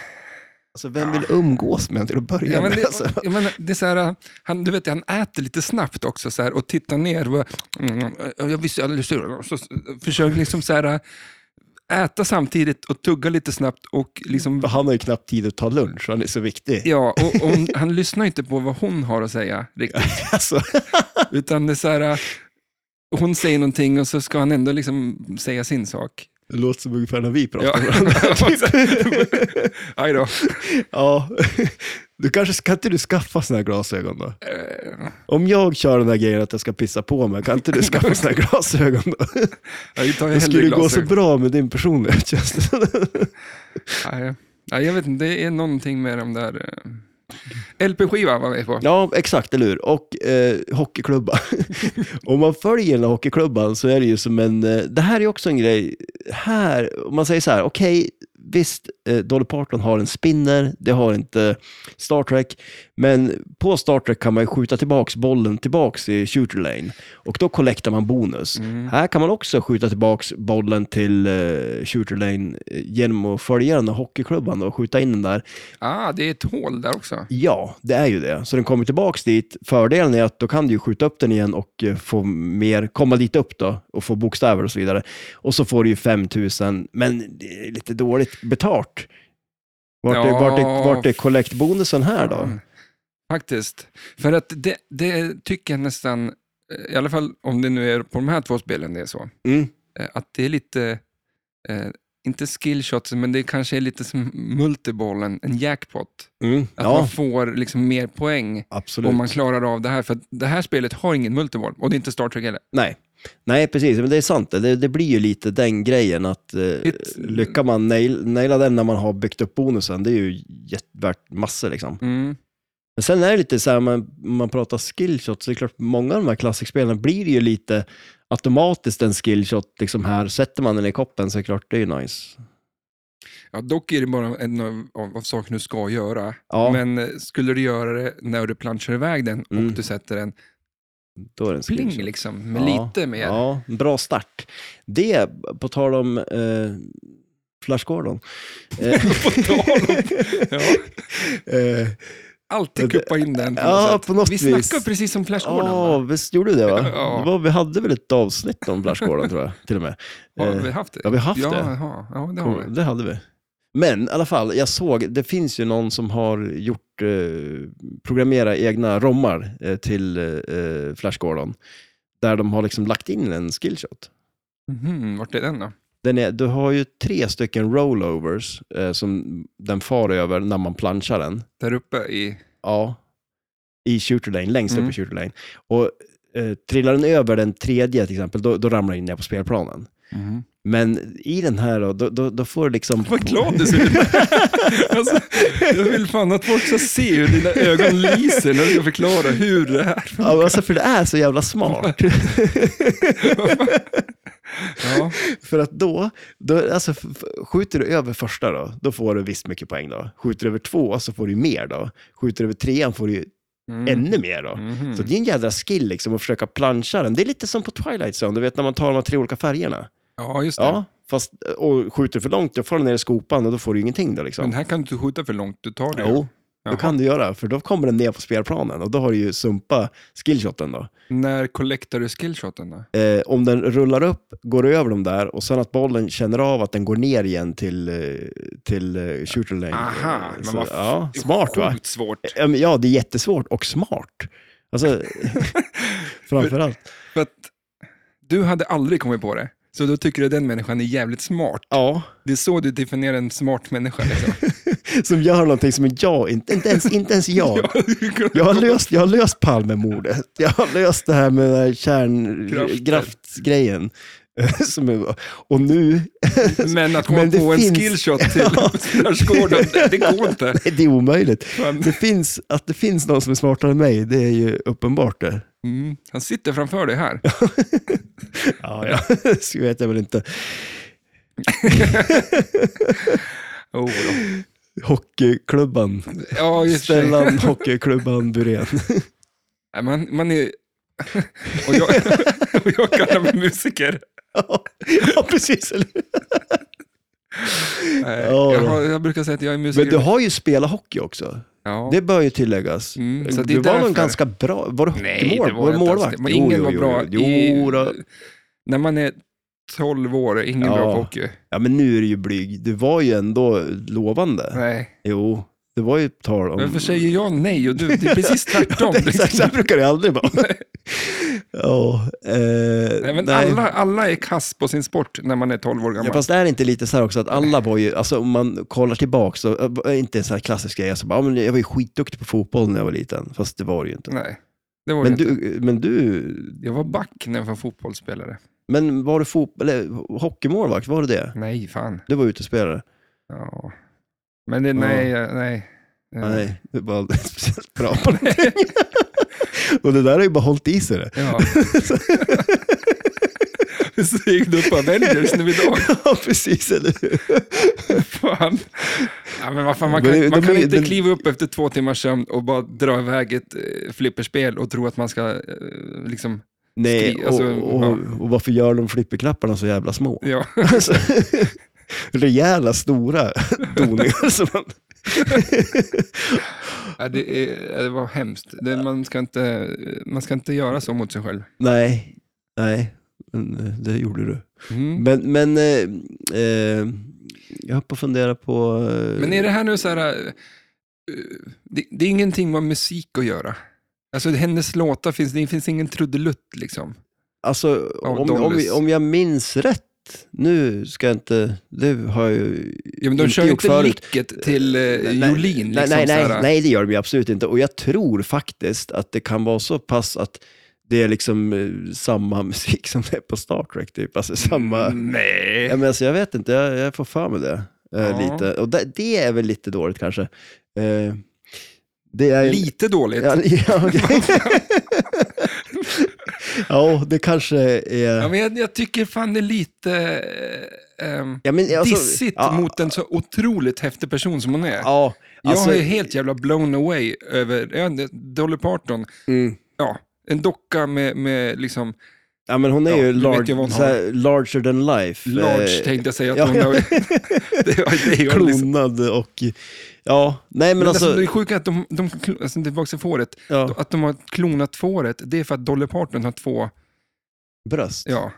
B: alltså, vem vill umgås med en till att börja
A: ja, men
B: med?
A: det,
B: Alltså. *laughs*
A: ja, men det är så här, eh, han, du vet, han äter lite snabbt också så här, och tittar ner. Och, bara, mm, eh, jag visste alldeles så, så, så, försöker liksom så här, eh, äta samtidigt och tugga lite snabbt och liksom
B: För Han har ju knappt tid att ta lunch, han är så viktig.
A: Ja, och, och hon, han lyssnar inte på vad hon har att säga riktigt.
B: *laughs* Alltså,
A: Utan det är så här, eh, hon säger någonting och så ska han ändå liksom säga sin sak.
B: det låter som ungefär när vi pratar.
A: Ja.
B: med varandra.
A: *laughs* Aj då.
B: ja. *laughs* Du kanske, kan inte du skaffa såna här glasögon då?
A: Eh,
B: Om jag kör den här grejen att jag ska pissa på mig, kan inte du skaffa såna här glasögon då?
A: Jag tar
B: Det
A: hellre
B: skulle gå så
A: glasögon.
B: bra med din personlighet känns det
A: Nej, nej, jag vet inte, det är någonting med de där... eh, LP-skiva var vi på.
B: Ja, exakt, eller hur? Och eh, hockeyklubba. *laughs* om man följer den här hockeyklubban så är det ju som en... eh, Det här är ju också en grej. Här, om man säger så här, okej, Visst, eh, Dolly Parton har en spinner, det har inte Star Trek, men på Star Trek kan man ju skjuta tillbaks bollen tillbaks i shooter lane och då kollektar man bonus.
A: Mm.
B: Här kan man också skjuta tillbaks bollen till eh, shooter lane eh, genom att följa den här hockeyklubban och skjuta in den där.
A: Ah, det är ett hål där också.
B: Ja, det är ju det. Så den kommer tillbaks dit. Fördelen är att då kan du ju skjuta upp den igen och eh, få mer, komma dit upp då och få bokstäver och så vidare. Och så får du ju 5000, men det är lite dåligt betalt. Vart är,
A: Ja.
B: vart är, vart är collectbonusen här då?
A: Mm. Faktiskt. För att det, det tycker jag nästan, eh, i alla fall om det nu är på de här två spelen det är så,
B: Mm.
A: eh, att det är lite, eh, inte skillshots, men det kanske är lite som multibollen, en jackpot.
B: Mm.
A: Att
B: Ja,
A: man får liksom mer poäng
B: absolut.
A: om man klarar av det här. För att det här spelet har ingen multiboll och det är inte Star Trek heller.
B: Nej. Nej, precis. Men det är sant. Det, det blir ju lite den grejen att eh,
A: Hit-
B: lyckas man nail, naila den när man har byggt upp bonusen, det är ju jätt, värt massor liksom.
A: Mm.
B: Men sen är det lite så här, man, man pratar skillshot, så det är klart, många av de här klassikspelen blir det ju lite automatiskt en skillshot, liksom här, sätter man den i koppen så är det klart, det är ju nice.
A: Ja, dock är det bara en av, av, av sakerna du ska göra.
B: Ja,
A: Men eh, skulle du göra det när du planchar iväg den och
B: Mm.
A: du sätter en
B: då är det en
A: pling
B: skillshot.
A: liksom, med
B: Ja,
A: lite mer.
B: Ja, en bra start. Det, på tal om eh, Flash Gordon.
A: *laughs*
B: Eh,
A: *laughs* På tal om- ja,
B: *laughs* eh,
A: alltid kuppa in den på
B: Ja,
A: något sätt.
B: på något
A: Vi
B: vis.
A: snackade precis som Flash Gordon.
B: Ja,
A: va?
B: visst gjorde du det va?
A: *laughs* Ja.
B: Det var, vi hade väl ett avsnitt om Flash Gordon tror jag, till och med.
A: Har
B: Eh,
A: vi haft det?
B: ja, vi har haft
A: ja,
B: det.
A: jaha. Ja, det har vi.
B: Det hade vi. Men i alla fall, jag såg, det finns ju någon som har gjort, eh, programmera egna rommar eh, till eh, Flash Gordon. Där de har liksom lagt in en skillshot.
A: Mhm, vart är den då?
B: Den är, du har ju tre stycken rollovers eh, som den far över när man planchar den.
A: Där uppe i...
B: Ja, i shooter lane, längst
A: Mm.
B: upp i shooter lane. Och eh, trillar den över den tredje till exempel, då, då ramlar den ner på spelplanen. Men i den här då, då, då, då får du liksom...
A: Vad glad du ser ut. *laughs*
B: *laughs*
A: *laughs* alltså, jag vill fan att folk ska se hur dina ögon lyser när du ska förklara hur det här...
B: Ja, men alltså, för det är så
A: *laughs*
B: jävla smart.
A: Ja,
B: för att då, då alltså, f- f- skjuter du över första då, då får du visst mycket poäng då. Skjuter du över två så får du ju mer då. Skjuter du över trean får du ju
A: Mm.
B: ännu mer då.
A: Mhm.
B: Så det är en jädra skill liksom att försöka plancha den. Det är lite som på Twilight Zone, du vet när man tar de här tre olika färgerna.
A: ja just det.
B: Ja, fast och skjuter du för långt, då får den ner i skopan och då får du ju ingenting då liksom.
A: Men här kan du inte skjuta för långt, du tar det.
B: Jo,
A: Jaha.
B: då kan du göra, för då kommer den ner på spelplanen och då har du ju sumpa skillshoten då.
A: När collectar du skillshoten då?
B: Eh, om den rullar upp, går över dem där och sen att bollen känner av att den går ner igen till, eh, till eh, shooter lane.
A: Aha,
B: Eh,
A: men
B: så,
A: vad f-
B: ja, smart va?
A: Sjukt svårt.
B: Ja, men Ja, det är jättesvårt och smart.
A: *laughs*
B: Alltså, framförallt.
A: För att du hade aldrig kommit på det. Så då tycker du den människan är jävligt smart.
B: Ja,
A: Det är så du definierar en smart människa.
B: *laughs*
A: Liksom.
B: som gör någonting som jag inte, inte ens, inte
A: *laughs*
B: ens jag. Jag har löst, jag har löst Palmemordet. Jag har löst det här med den här
A: Krafter.
B: kärnkraftsgrejen. *laughs* Som är- Och nu,
A: Men att komma
B: Men det
A: på en
B: finns-
A: skillshot
B: *laughs*
A: till Lars Gordon, det, det går inte.
B: det är omöjligt.
A: Fan.
B: Det finns, att det finns någon som är smartare än mig, det är ju uppenbart det.
A: Mm, han sitter framför dig här.
B: Ja, ja. *laughs* Så vet jag väl inte.
A: Oh, då.
B: Hockeyklubban.
A: ja, just det.
B: Stellan
A: *laughs*
B: Hockeyklubban Burén.
A: Nej, Man, man är... *laughs* och, jag, *laughs* och jag kallar mig musiker.
B: Ja, ja, precis. eller hur?
A: Nej,
B: Ja,
A: jag,
B: då.
A: har, jag brukar säga att jag är musiker.
B: Men du har ju spelat hockey också.
A: ja.
B: Det bör ju tilläggas.
A: Mm, så det är
B: du var
A: därför.
B: någon ganska bra, var du
A: Nej,
B: hockeymål?
A: det var jag inte alls.
B: målvakt?
A: Det var ingen var bra
B: Jo,
A: i-
B: jo då.
A: När man är 12 år, är ingen
B: Ja.
A: bra på hockey.
B: Ja, men nu är du ju blyg. Du var ju ändå lovande.
A: Nej.
B: Jo, det var ju ett tal om...
A: Varför
B: *laughs*
A: säger jag nej och du? Det är precis tvärtom.
B: det är så, så här brukar det aldrig vara. ja, eh,
A: *laughs* Nej, men
B: nej.
A: Alla, alla är kass på sin sport när man är 12 år gammal.
B: Ja, fast det är inte lite så här också att alla var ju, alltså om man kollar tillbaka, så, eh, inte en sån här klassisk grej, alltså, bara, ja, men jag var ju skitduktig på fotboll när jag var liten, fast det var det ju inte.
A: Nej, det var
B: Men
A: det inte.
B: du, men du,
A: Jag var back när jag var fotbollsspelare.
B: men var du fot, eller, hockeymålvakt, var du det?
A: Nej, fan.
B: Du var utespelare?
A: Ja. Men det, nej, eh, nej.
B: Nej, du var aldrig *laughs* speciellt bra på någonting. *laughs* Och det där har ju bara hållit
A: *laughs*
B: i sig det. *laughs*
A: Ja. Så gick du upp Avengers nu idag.
B: Ja, precis, eller hur?
A: fan. Ja, men vad fan, man
B: Men
A: kan,
B: det-
A: man
B: de
A: kan
B: är-
A: inte
B: de-
A: kliva upp efter två timmars sömn och bara dra iväg ett eh, flipperspel och tro att man ska eh, liksom...
B: Nej,
A: Skri- alltså,
B: och, och,
A: ja.
B: och varför gör de flipperklapparna så
A: *laughs*
B: jävla små?
A: Ja.
B: Alltså, *laughs*
A: *laughs*
B: rejäla, stora doningar. som man-
A: Ja, det, är, det var hemskt. Det, man, ska inte, eh, man ska inte göra så mot sig själv.
B: nej, nej, men eh, det gjorde du.
A: Mm.
B: Men, men eh, eh, jag höll på att fundera på... eh,
A: Men är det här nu så här... eh, Det, det är ingenting med musik att göra. Alltså hennes låtar finns, det finns ingen trudelutt liksom.
B: Alltså,
A: Ja,
B: om, om,
A: Dollys.
B: om jag minns rätt, nu ska jag inte... Nu har jag ju...
A: Ja, men de
B: Inte
A: kör ju
B: gjort
A: inte
B: förut.
A: licket till eh, Jolin.
B: nej,
A: Liksom,
B: nej,
A: så
B: nej,
A: här.
B: nej, det gör de ju absolut inte. Och jag tror faktiskt att det kan vara så pass att det är liksom eh, samma *laughs* musik som det är på Star Trek. Typ. Alltså samma...
A: Nej.
B: Ja, men alltså, jag vet inte, jag, jag får för mig det. eh,
A: Ja.
B: Lite. Och det, det är väl lite dåligt kanske. Eh, det är,
A: Lite dåligt.
B: Ja, *laughs* ja, okej. ja, det kanske är...
A: Ja, men jag, jag tycker fan det är lite eh, ehm,
B: Ja, men alltså-
A: dissigt
B: ja,
A: mot en så otroligt häftig person som hon är.
B: Ja, alltså,
A: jag är helt jävla blown away över ja, Dolly Parton.
B: mm.
A: Ja, en docka med, med liksom,
B: Eh, ja, men hon är
A: Ja,
B: ju
A: du vet
B: large,
A: ju vad hon
B: så här, larger than life.
A: large
B: eh,
A: tänkte jag säga att
B: ja,
A: hon
B: ja. *laughs*
A: har. det, var- det är ju liksom.
B: klonad och... Ja, nej men,
A: Men alltså,
B: alltså...
A: det är sjuka att de, de alltså, tillbaka till fåret,
B: ja,
A: att de har klonat fåret, det är för att Dolly Parton har två,
B: bröst.
A: ja.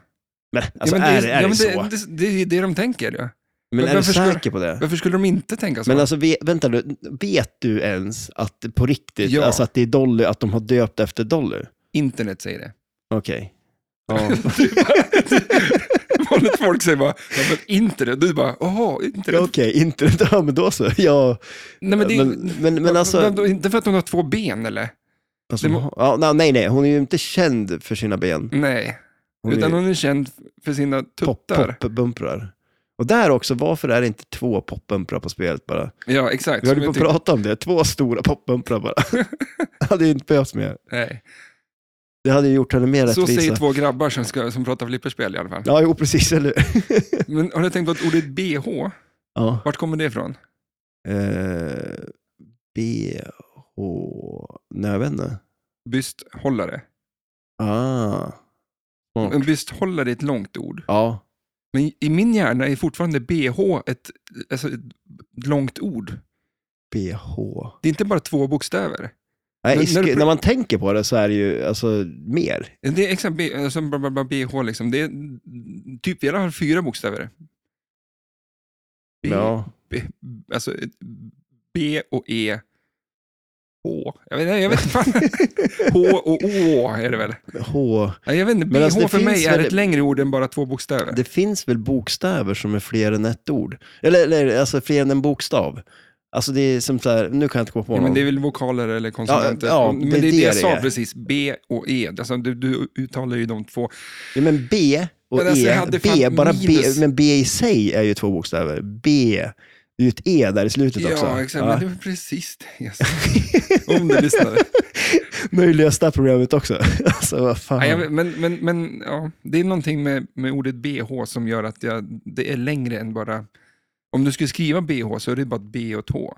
B: Men, alltså,
A: ja,
B: är, det- är
A: ja,
B: det
A: men
B: så?
A: det, det, det är det de tänker. Ja.
B: men
A: men
B: är du
A: varför skulle-
B: säker på det?
A: Varför skulle de inte tänka så?
B: Men alltså, ve- vänta nu, vet du ens att det på riktigt,
A: Ja.
B: alltså att det är Dolly, att de har döpt efter Dolly?
A: Internet säger det.
B: Okej. Ja.
A: *laughs* Vanligt folk säger bara, ja, men internet, du bara, jaha,
B: Ja,
A: internet.
B: *laughs* Okej, inte ja,
A: *laughs*
B: men då så. Ja,
A: Nej, men det,
B: men, men, men alltså...
A: Vadå, inte för att hon har två ben eller?
B: alltså
A: det må-
B: ja, nej, nej, nej, hon är ju inte känd för sina ben.
A: Nej,
B: Hon
A: utan
B: är ju
A: hon är känd för sina
B: pop-
A: tuttar.
B: popbumprar. Och där också, varför är det inte två popbumprar på spelet bara?
A: Ja, exakt.
B: Vi höll på
A: Som
B: att
A: jag
B: prata om det, två stora popbumprar bara.
A: *laughs*
B: det hade ju inte behövts mer.
A: tycker- Nej.
B: Det hade ju gjort henne mer
A: Så
B: rättvisa.
A: säger två grabbar som, ska, som pratar flipperspel i alla
B: *laughs*
A: fall.
B: Ja, jo, precis, eller hur? *laughs*
A: Men har du tänkt på att ordet bh,
B: ja.
A: vart kommer det ifrån?
B: Eh, BH... Nej, jag vet inte.
A: Bysthållare.
B: Ah. Smart.
A: En bysthållare är ett långt ord.
B: Ja.
A: Men i- i min hjärna är fortfarande bh ett, alltså ett långt ord.
B: BH.
A: Det är inte bara två bokstäver.
B: Nej,
A: Men
B: iske-
A: när du pr-
B: när man tänker på det så är det ju alltså, mer.
A: Det är exakt B, alltså, bla, bla, bla, bh, liksom. det är typ i alla fall fyra bokstäver. B,
B: Ja.
A: B, alltså ett B och E, H. Jag vet, jag vet inte fan. H och Å är det väl?
B: H.
A: Ja, Jag vet inte,
B: Men
A: BH
B: alltså, det
A: för mig
B: finns
A: är
B: väl-
A: ett längre ord än bara två bokstäver.
B: Det finns väl bokstäver som är fler än ett ord? Eller, eller alltså fler än en bokstav? Alltså det är som så här, nu kan jag inte komma på
A: Ja,
B: någon.
A: men det är väl vokaler eller konsonanter.
B: Ja, ja,
A: men det är det, jag sa precis, B och E. Alltså, du, du uttalar ju de två.
B: Ja, men B och
A: Men alltså, jag
B: E,
A: hade
B: B,
A: fan
B: bara
A: minus-
B: B, men B i sig är ju två bokstäver. B, det är ju ett E där i slutet också.
A: Ja, exakt. Men det var precis det jag sa. Om
B: *laughs*
A: du lyssnade.
B: Möjligaste programmet också. *laughs* alltså vad fan.
A: Ja, jag vet- men men, men ja, det är någonting med, med ordet BH som gör att jag, det är längre än bara... Om du skulle skriva BH så är det bara ett B och ett H.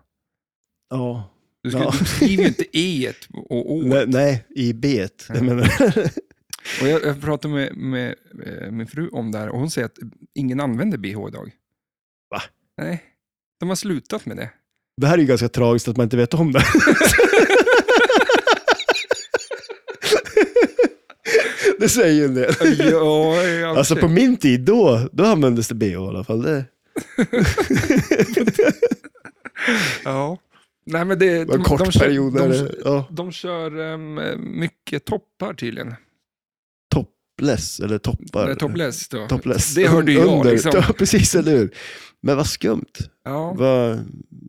B: ja.
A: Du, skulle,
B: Ja.
A: du skriver ju inte E och O.
B: Nej, nej, i B.
A: Ja.
B: Jag menar. *laughs*
A: Och jag, jag pratade med, med, eh, min fru om det här och hon säger att ingen använder BH idag.
B: Va?
A: Nej, de har slutat med
B: *laughs*
A: det.
B: Det här är ju ganska tragiskt att man inte vet om det. *laughs* det säger ju en del.
A: ja, ja,
B: Alltså på
A: okej.
B: min tid, då, då användes det BH i alla fall. Det,
A: ja. Nej, men det,
B: var en kort period.
A: Kör,
B: Där,
A: de,
B: det- ja,
A: de kör ehm, mycket toppar tydligen.
B: topless, eller toppar.
A: Eller topless då.
B: Topless.
A: Det hörde ju jag,
B: Under.
A: liksom.
B: Ja, precis, eller hur? Men vad skumt.
A: Ja.
B: Vad,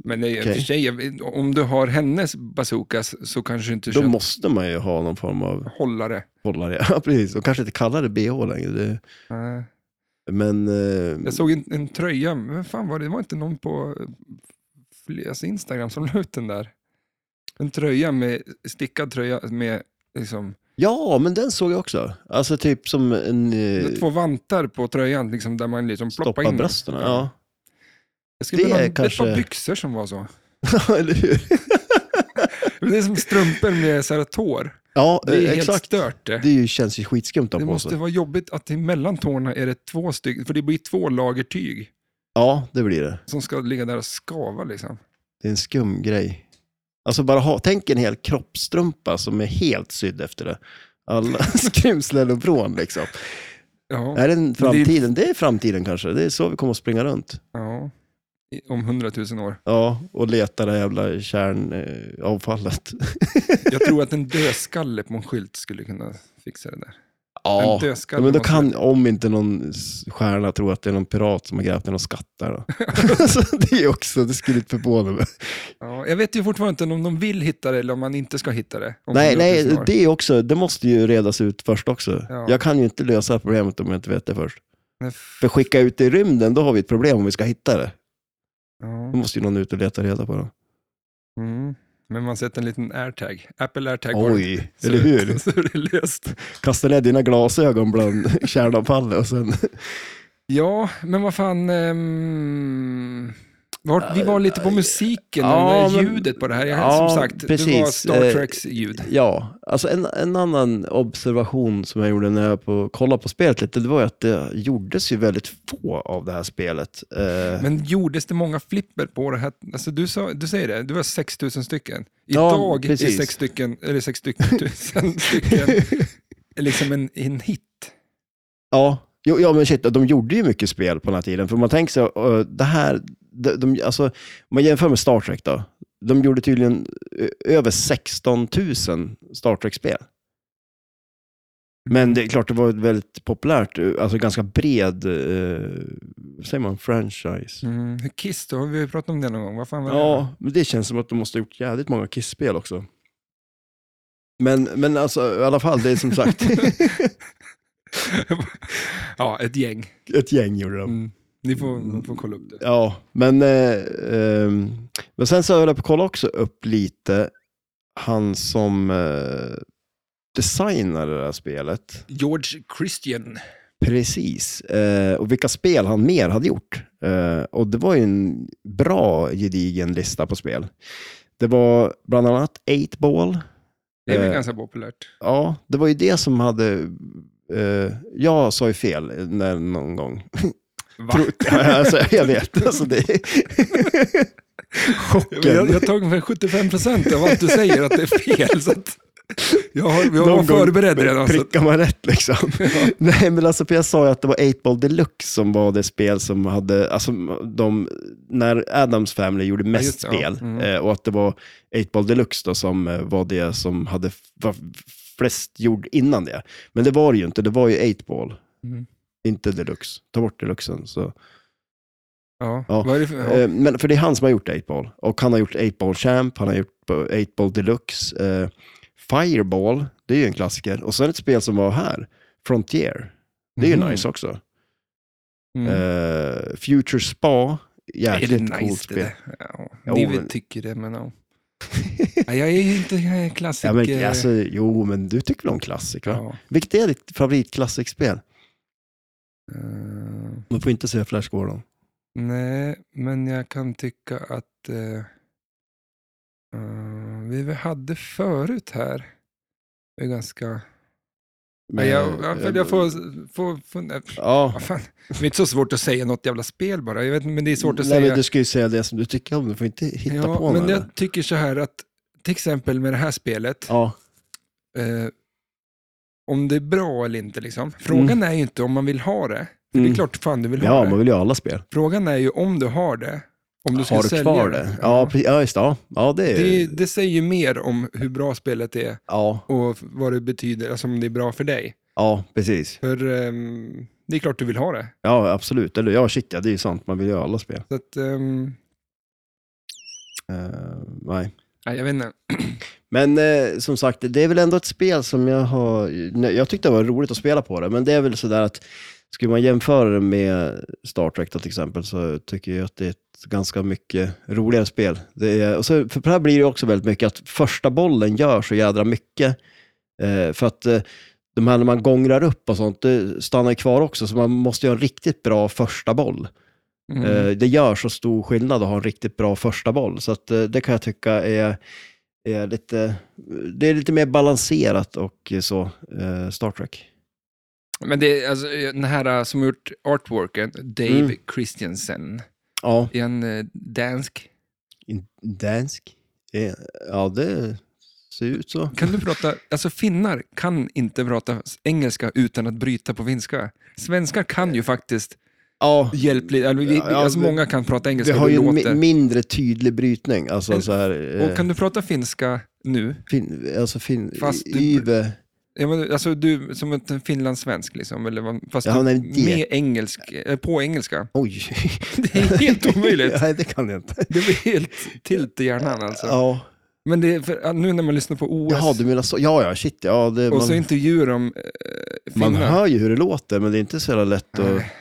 A: Men nej, i och för
B: Okej.
A: sig, jag- om du har hennes bazookas så kanske du inte
B: då
A: köper
B: måste man ju ha någon form av
A: hållare.
B: hållare. Ja, *laughs* precis. De kanske inte kallar det BH längre. Det,
A: Nej.
B: men... eh,
A: Jag såg en, en tröja, men vad fan var det? det var inte någon på eh, fl- alltså Instagram som *laughs* la ut den där. En tröja med, stickad tröja med liksom,
B: Ja, men den såg jag också. Alltså typ som en... eh,
A: två vantar på tröjan liksom, där man liksom ploppar
B: Stoppa
A: in
B: brösten, ja.
A: Jag skulle
B: Det
A: vilja ha
B: är
A: ett
B: kanske-
A: par byxor som var så.
B: *laughs* Eller hur?
A: Det är som strumpor med så här tår.
B: Ja,
A: Det är
B: eh,
A: helt
B: exakt.
A: stört det.
B: Det är ju, känns ju skitskumt att
A: Det
B: ha på
A: måste
B: sig.
A: vara jobbigt att mellan tårna är det två stycken, för det blir två lager tyg
B: Ja, det blir det.
A: som ska ligga där och skava liksom.
B: Det är en skum grej. Alltså bara ha, tänk en hel kroppstrumpa som är helt sydd efter det. Alla *laughs* skrymslen och vrån liksom.
A: Ja,
B: Är det framtiden? Det är framtiden kanske. Det är så vi kommer att springa runt.
A: ja. I- Om hundratusen år.
B: Ja, och leta det jävla kärnavfallet.
A: Jag tror att en dödskalle på en skylt skulle kunna fixa det där.
B: Ja,
A: En dödskalle
B: ja men då
A: måste-
B: kan, om inte någon s- stjärna tror att det är någon pirat som har grävt ner någon skatt där. Då. *laughs* så det är också, det skulle inte förvåna mig.
A: Ja, jag vet ju fortfarande inte om de vill hitta det eller om man inte ska hitta det. om
B: Nej,
A: 100 000
B: nej,
A: år.
B: det är också, det måste ju redas ut först också.
A: Ja.
B: Jag kan ju inte lösa problemet om jag inte vet det först.
A: Men f-
B: För skicka ut det i rymden, då har vi ett problem om vi ska hitta det. Då
A: Ja.
B: måste ju någon ut och leta reda på det.
A: Mm. Men man sätter en liten airtag. Apple airtag. var det.
B: Oj,
A: Så-
B: eller
A: *laughs*
B: hur?
A: Så är det löst.
B: Kasta ner dina glasögon bland kärnavfallet och sen...
A: Ja, men vad fan. ehm, vart, vi var lite på musiken,
B: Ja,
A: och
B: men-
A: ljudet på det här. Jag,
B: Ja,
A: som sagt, det var
B: precis.
A: Star
B: Eh,
A: Treks ljud.
B: Ja, alltså en, en annan observation som jag gjorde när jag på, kollade på spelet lite, det var ju att det gjordes ju väldigt få av det här spelet. Eh,
A: Men gjordes det många flipper på det här? Alltså du, sa, du säger det, det var 6 000 stycken.
B: Ja,
A: Idag är
B: precis.
A: 6 stycken, eller 6 *laughs* stycken, stycken liksom en, en hit.
B: *laughs* Ja, jo, ja men shit, de gjorde ju mycket spel på den här tiden. För man tänker sig, eh, det här, de, de, alltså, om man jämför med Star Trek då. De gjorde tydligen eh, över 16 000 Star Trek-spel. Men det är klart, det var ett väldigt populärt, eh, alltså ganska bred, eh, vad säger man, franchise.
A: Mm, Kiss då, vi har ju pratat om det någon gång. Vad fan var det?
B: Ja, men det känns som att de måste ha gjort jävligt många Kiss-spel också. Men, men alltså, i alla fall, det är
A: *laughs*
B: som sagt,
A: Ja, ett gäng.
B: ett gäng gjorde de.
A: Mm. Ni får, får kolla upp det.
B: Ja, men, eh, ehm, men sen så höll jag på att kolla också upp lite han som eh, designade det här spelet.
A: George Christian.
B: Precis, eh, och vilka spel han mer hade gjort. Eh, och det var ju en bra gedigen lista på spel. Det var bland annat 8-ball.
A: Det är väl
B: Eh.
A: ganska populärt.
B: Ja, det var ju det som hade... eh, jag sa ju fel eh, när, någon gång.
A: Va?
B: Tro, *laughs* alltså, jag vet, alltså det Chocken.
A: Jag, jag har tagit med 75 procent av allt du säger att det är fel. Så att jag, har, *laughs* jag
B: Någon
A: var
B: gång
A: förberedd redan. Så att,
B: Prickar man
A: *laughs*
B: rätt liksom? Nej, men alltså, för jag sa ju att det var 8-Ball Deluxe som var det spel som hade, alltså de, när Adams Family gjorde mest
A: just det, ja.
B: spel,
A: Mm.
B: eh, och att det var 8-Ball Deluxe då som eh, var det som hade f- var f- flest gjord innan det. Men det var det ju inte, det var ju 8-Ball,
A: Mm.
B: inte Deluxe. Ta bort Deluxen. Så.
A: ja.
B: Ja.
A: Vad är det för, ja.
B: Eh, Men för det är han som har gjort 8-Ball. Och han har gjort 8-Ball Champ, han har gjort 8-Ball Deluxe. Eh, Fireball, det är ju en klassiker. Och sen ett spel som var här, Frontier. Det är ju
A: Mhm.
B: nice också.
A: Mm.
B: Eh, Future Spa,
A: Är
B: jäkligt
A: det
B: coolt
A: nice det
B: spel.
A: där? Ja,
B: Jo,
A: ni väl
B: men-
A: tycker det, men
B: *laughs*
A: ja. Nej, Jag är ju inte eh, klassiker.
B: Ja, men,
A: eh,
B: alltså, jo, men du tycker väl om klassik? Va?
A: ja.
B: Vilket är ditt favoritklassikspel?
A: Eh,
B: Man får inte säga Flash Gordon.
A: nej, men jag kan tycka att eh, eh, vi väl hade förut här. Det är ganska... Men, jag, jag, jag, får... får, får eh,
B: Ja.
A: vad fan. Det är inte så svårt att säga något jävla spel bara. Jag vet, inte, men det är svårt att
B: Nej,
A: säga.
B: men du ska ju säga det som du tycker om, du får inte hitta
A: ja,
B: på
A: men
B: något.
A: jag tycker så här att till exempel med det här spelet.
B: Ja,
A: eh, om det är bra eller inte. Liksom. Frågan är ju inte om man vill ha det. För Det är
B: Mm.
A: klart fan du vill ha
B: ja
A: det.
B: man vill ju ha alla spel.
A: Frågan är ju om du har det. Om du ska
B: har du
A: sälja
B: kvar det? Ja,
A: Ja.
B: precis. ja just det. Ja. Ja, det, är,
A: Det, det säger ju mer om hur bra spelet är
B: ja,
A: och vad det betyder, alltså om det är bra för dig.
B: ja, precis.
A: För ehm, det är klart du vill ha det.
B: Ja, absolut. Eller ja, shit, ja, det är ju sant. Man vill ju ha alla spel.
A: Så att, ehm,
B: Eh, nej.
A: nej, jag vet inte.
B: Men eh, som sagt, det är väl ändå ett spel som jag har... Nej, jag tyckte det var roligt att spela på det, men det är väl sådär att skulle man jämföra det med Star Trek då, till exempel så tycker jag att det är ett ganska mycket roligare spel. Det är, och så, för det här blir det också väldigt mycket att första bollen gör så jädra mycket. Eh, för att eh, de här när man gångrar upp och sånt, det stannar ju kvar också, så man måste göra en riktigt bra första boll.
A: Mm.
B: Eh, Det gör så stor skillnad att ha en riktigt bra första boll. Så att eh, det kan jag tycka är, är lite, det är lite mer balanserat och så, eh, Star Trek.
A: Men det är alltså, den här eh, som har gjort artworken, Dave
B: Mm.
A: Christiansen,
B: Ja,
A: är han eh, dansk?
B: in- dansk. Eh, Ja, det ser ut så.
A: Kan du prata, alltså finnar kan inte prata engelska utan att bryta på finska. Svenskar kan ju faktiskt
B: Ja,
A: hjälpligt, alltså, vi, vi,
B: Ja,
A: alltså
B: det-
A: många kan prata
B: det
A: engelska,
B: har
A: det
B: ju en
A: låter.
B: mi- mindre tydlig brytning. Alltså
A: En-
B: så här, eh,
A: Och kan du prata finska nu?
B: fin, alltså fin,
A: Fast du-
B: yve.
A: Ja, men, alltså du som en finlandssvensk liksom, eller vad- fast
B: Ja,
A: du,
B: nej, det-
A: med engelsk, eh, på engelska. *laughs*
B: Oj.
A: Det är helt omöjligt.
B: *laughs* Nej, det kan jag inte.
A: Det blir helt tilt i hjärnan alltså.
B: Ja,
A: Men det är för, nu när man lyssnar på OS
B: jaha, du menar så. Ja, ja, shit. Ja, det,
A: och så
B: man,
A: intervjuer om äh,
B: man
A: finnar.
B: hör ju hur det låter, men det är inte så jävla lätt att...
A: Nej.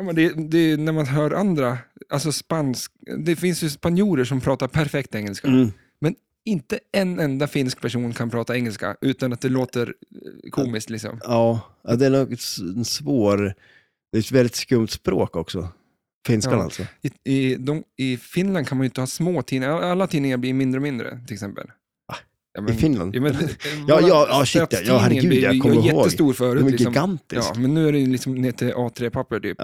A: Ja, men det, det är när man hör andra, alltså spansk, det finns ju spanjorer som pratar perfekt engelska.
B: Mm.
A: Inte en enda finsk person kan prata engelska utan att det låter eh, komiskt liksom.
B: Ja, ja, det är nog ett s- en svår... Det är ett väldigt skumt språk också. Finskan
A: Ja.
B: alltså.
A: I, i, de, I Finland kan man ju inte ha små tidningar, alla tidningar blir mindre och mindre till exempel.
B: Va?
A: Ja,
B: I
A: men-
B: Finland?
A: Ja, men,
B: *laughs* Ja, ja, ja,
A: våra
B: shit, ja. Ja,
A: statstidning
B: herregud,
A: blev
B: jag
A: ju
B: kommer ihåg.
A: jättestor
B: Den
A: förut.
B: är
A: Liksom.
B: gigantisk.
A: Ja,
B: Ja.
A: men nu är det liksom ner till A3-papper typ.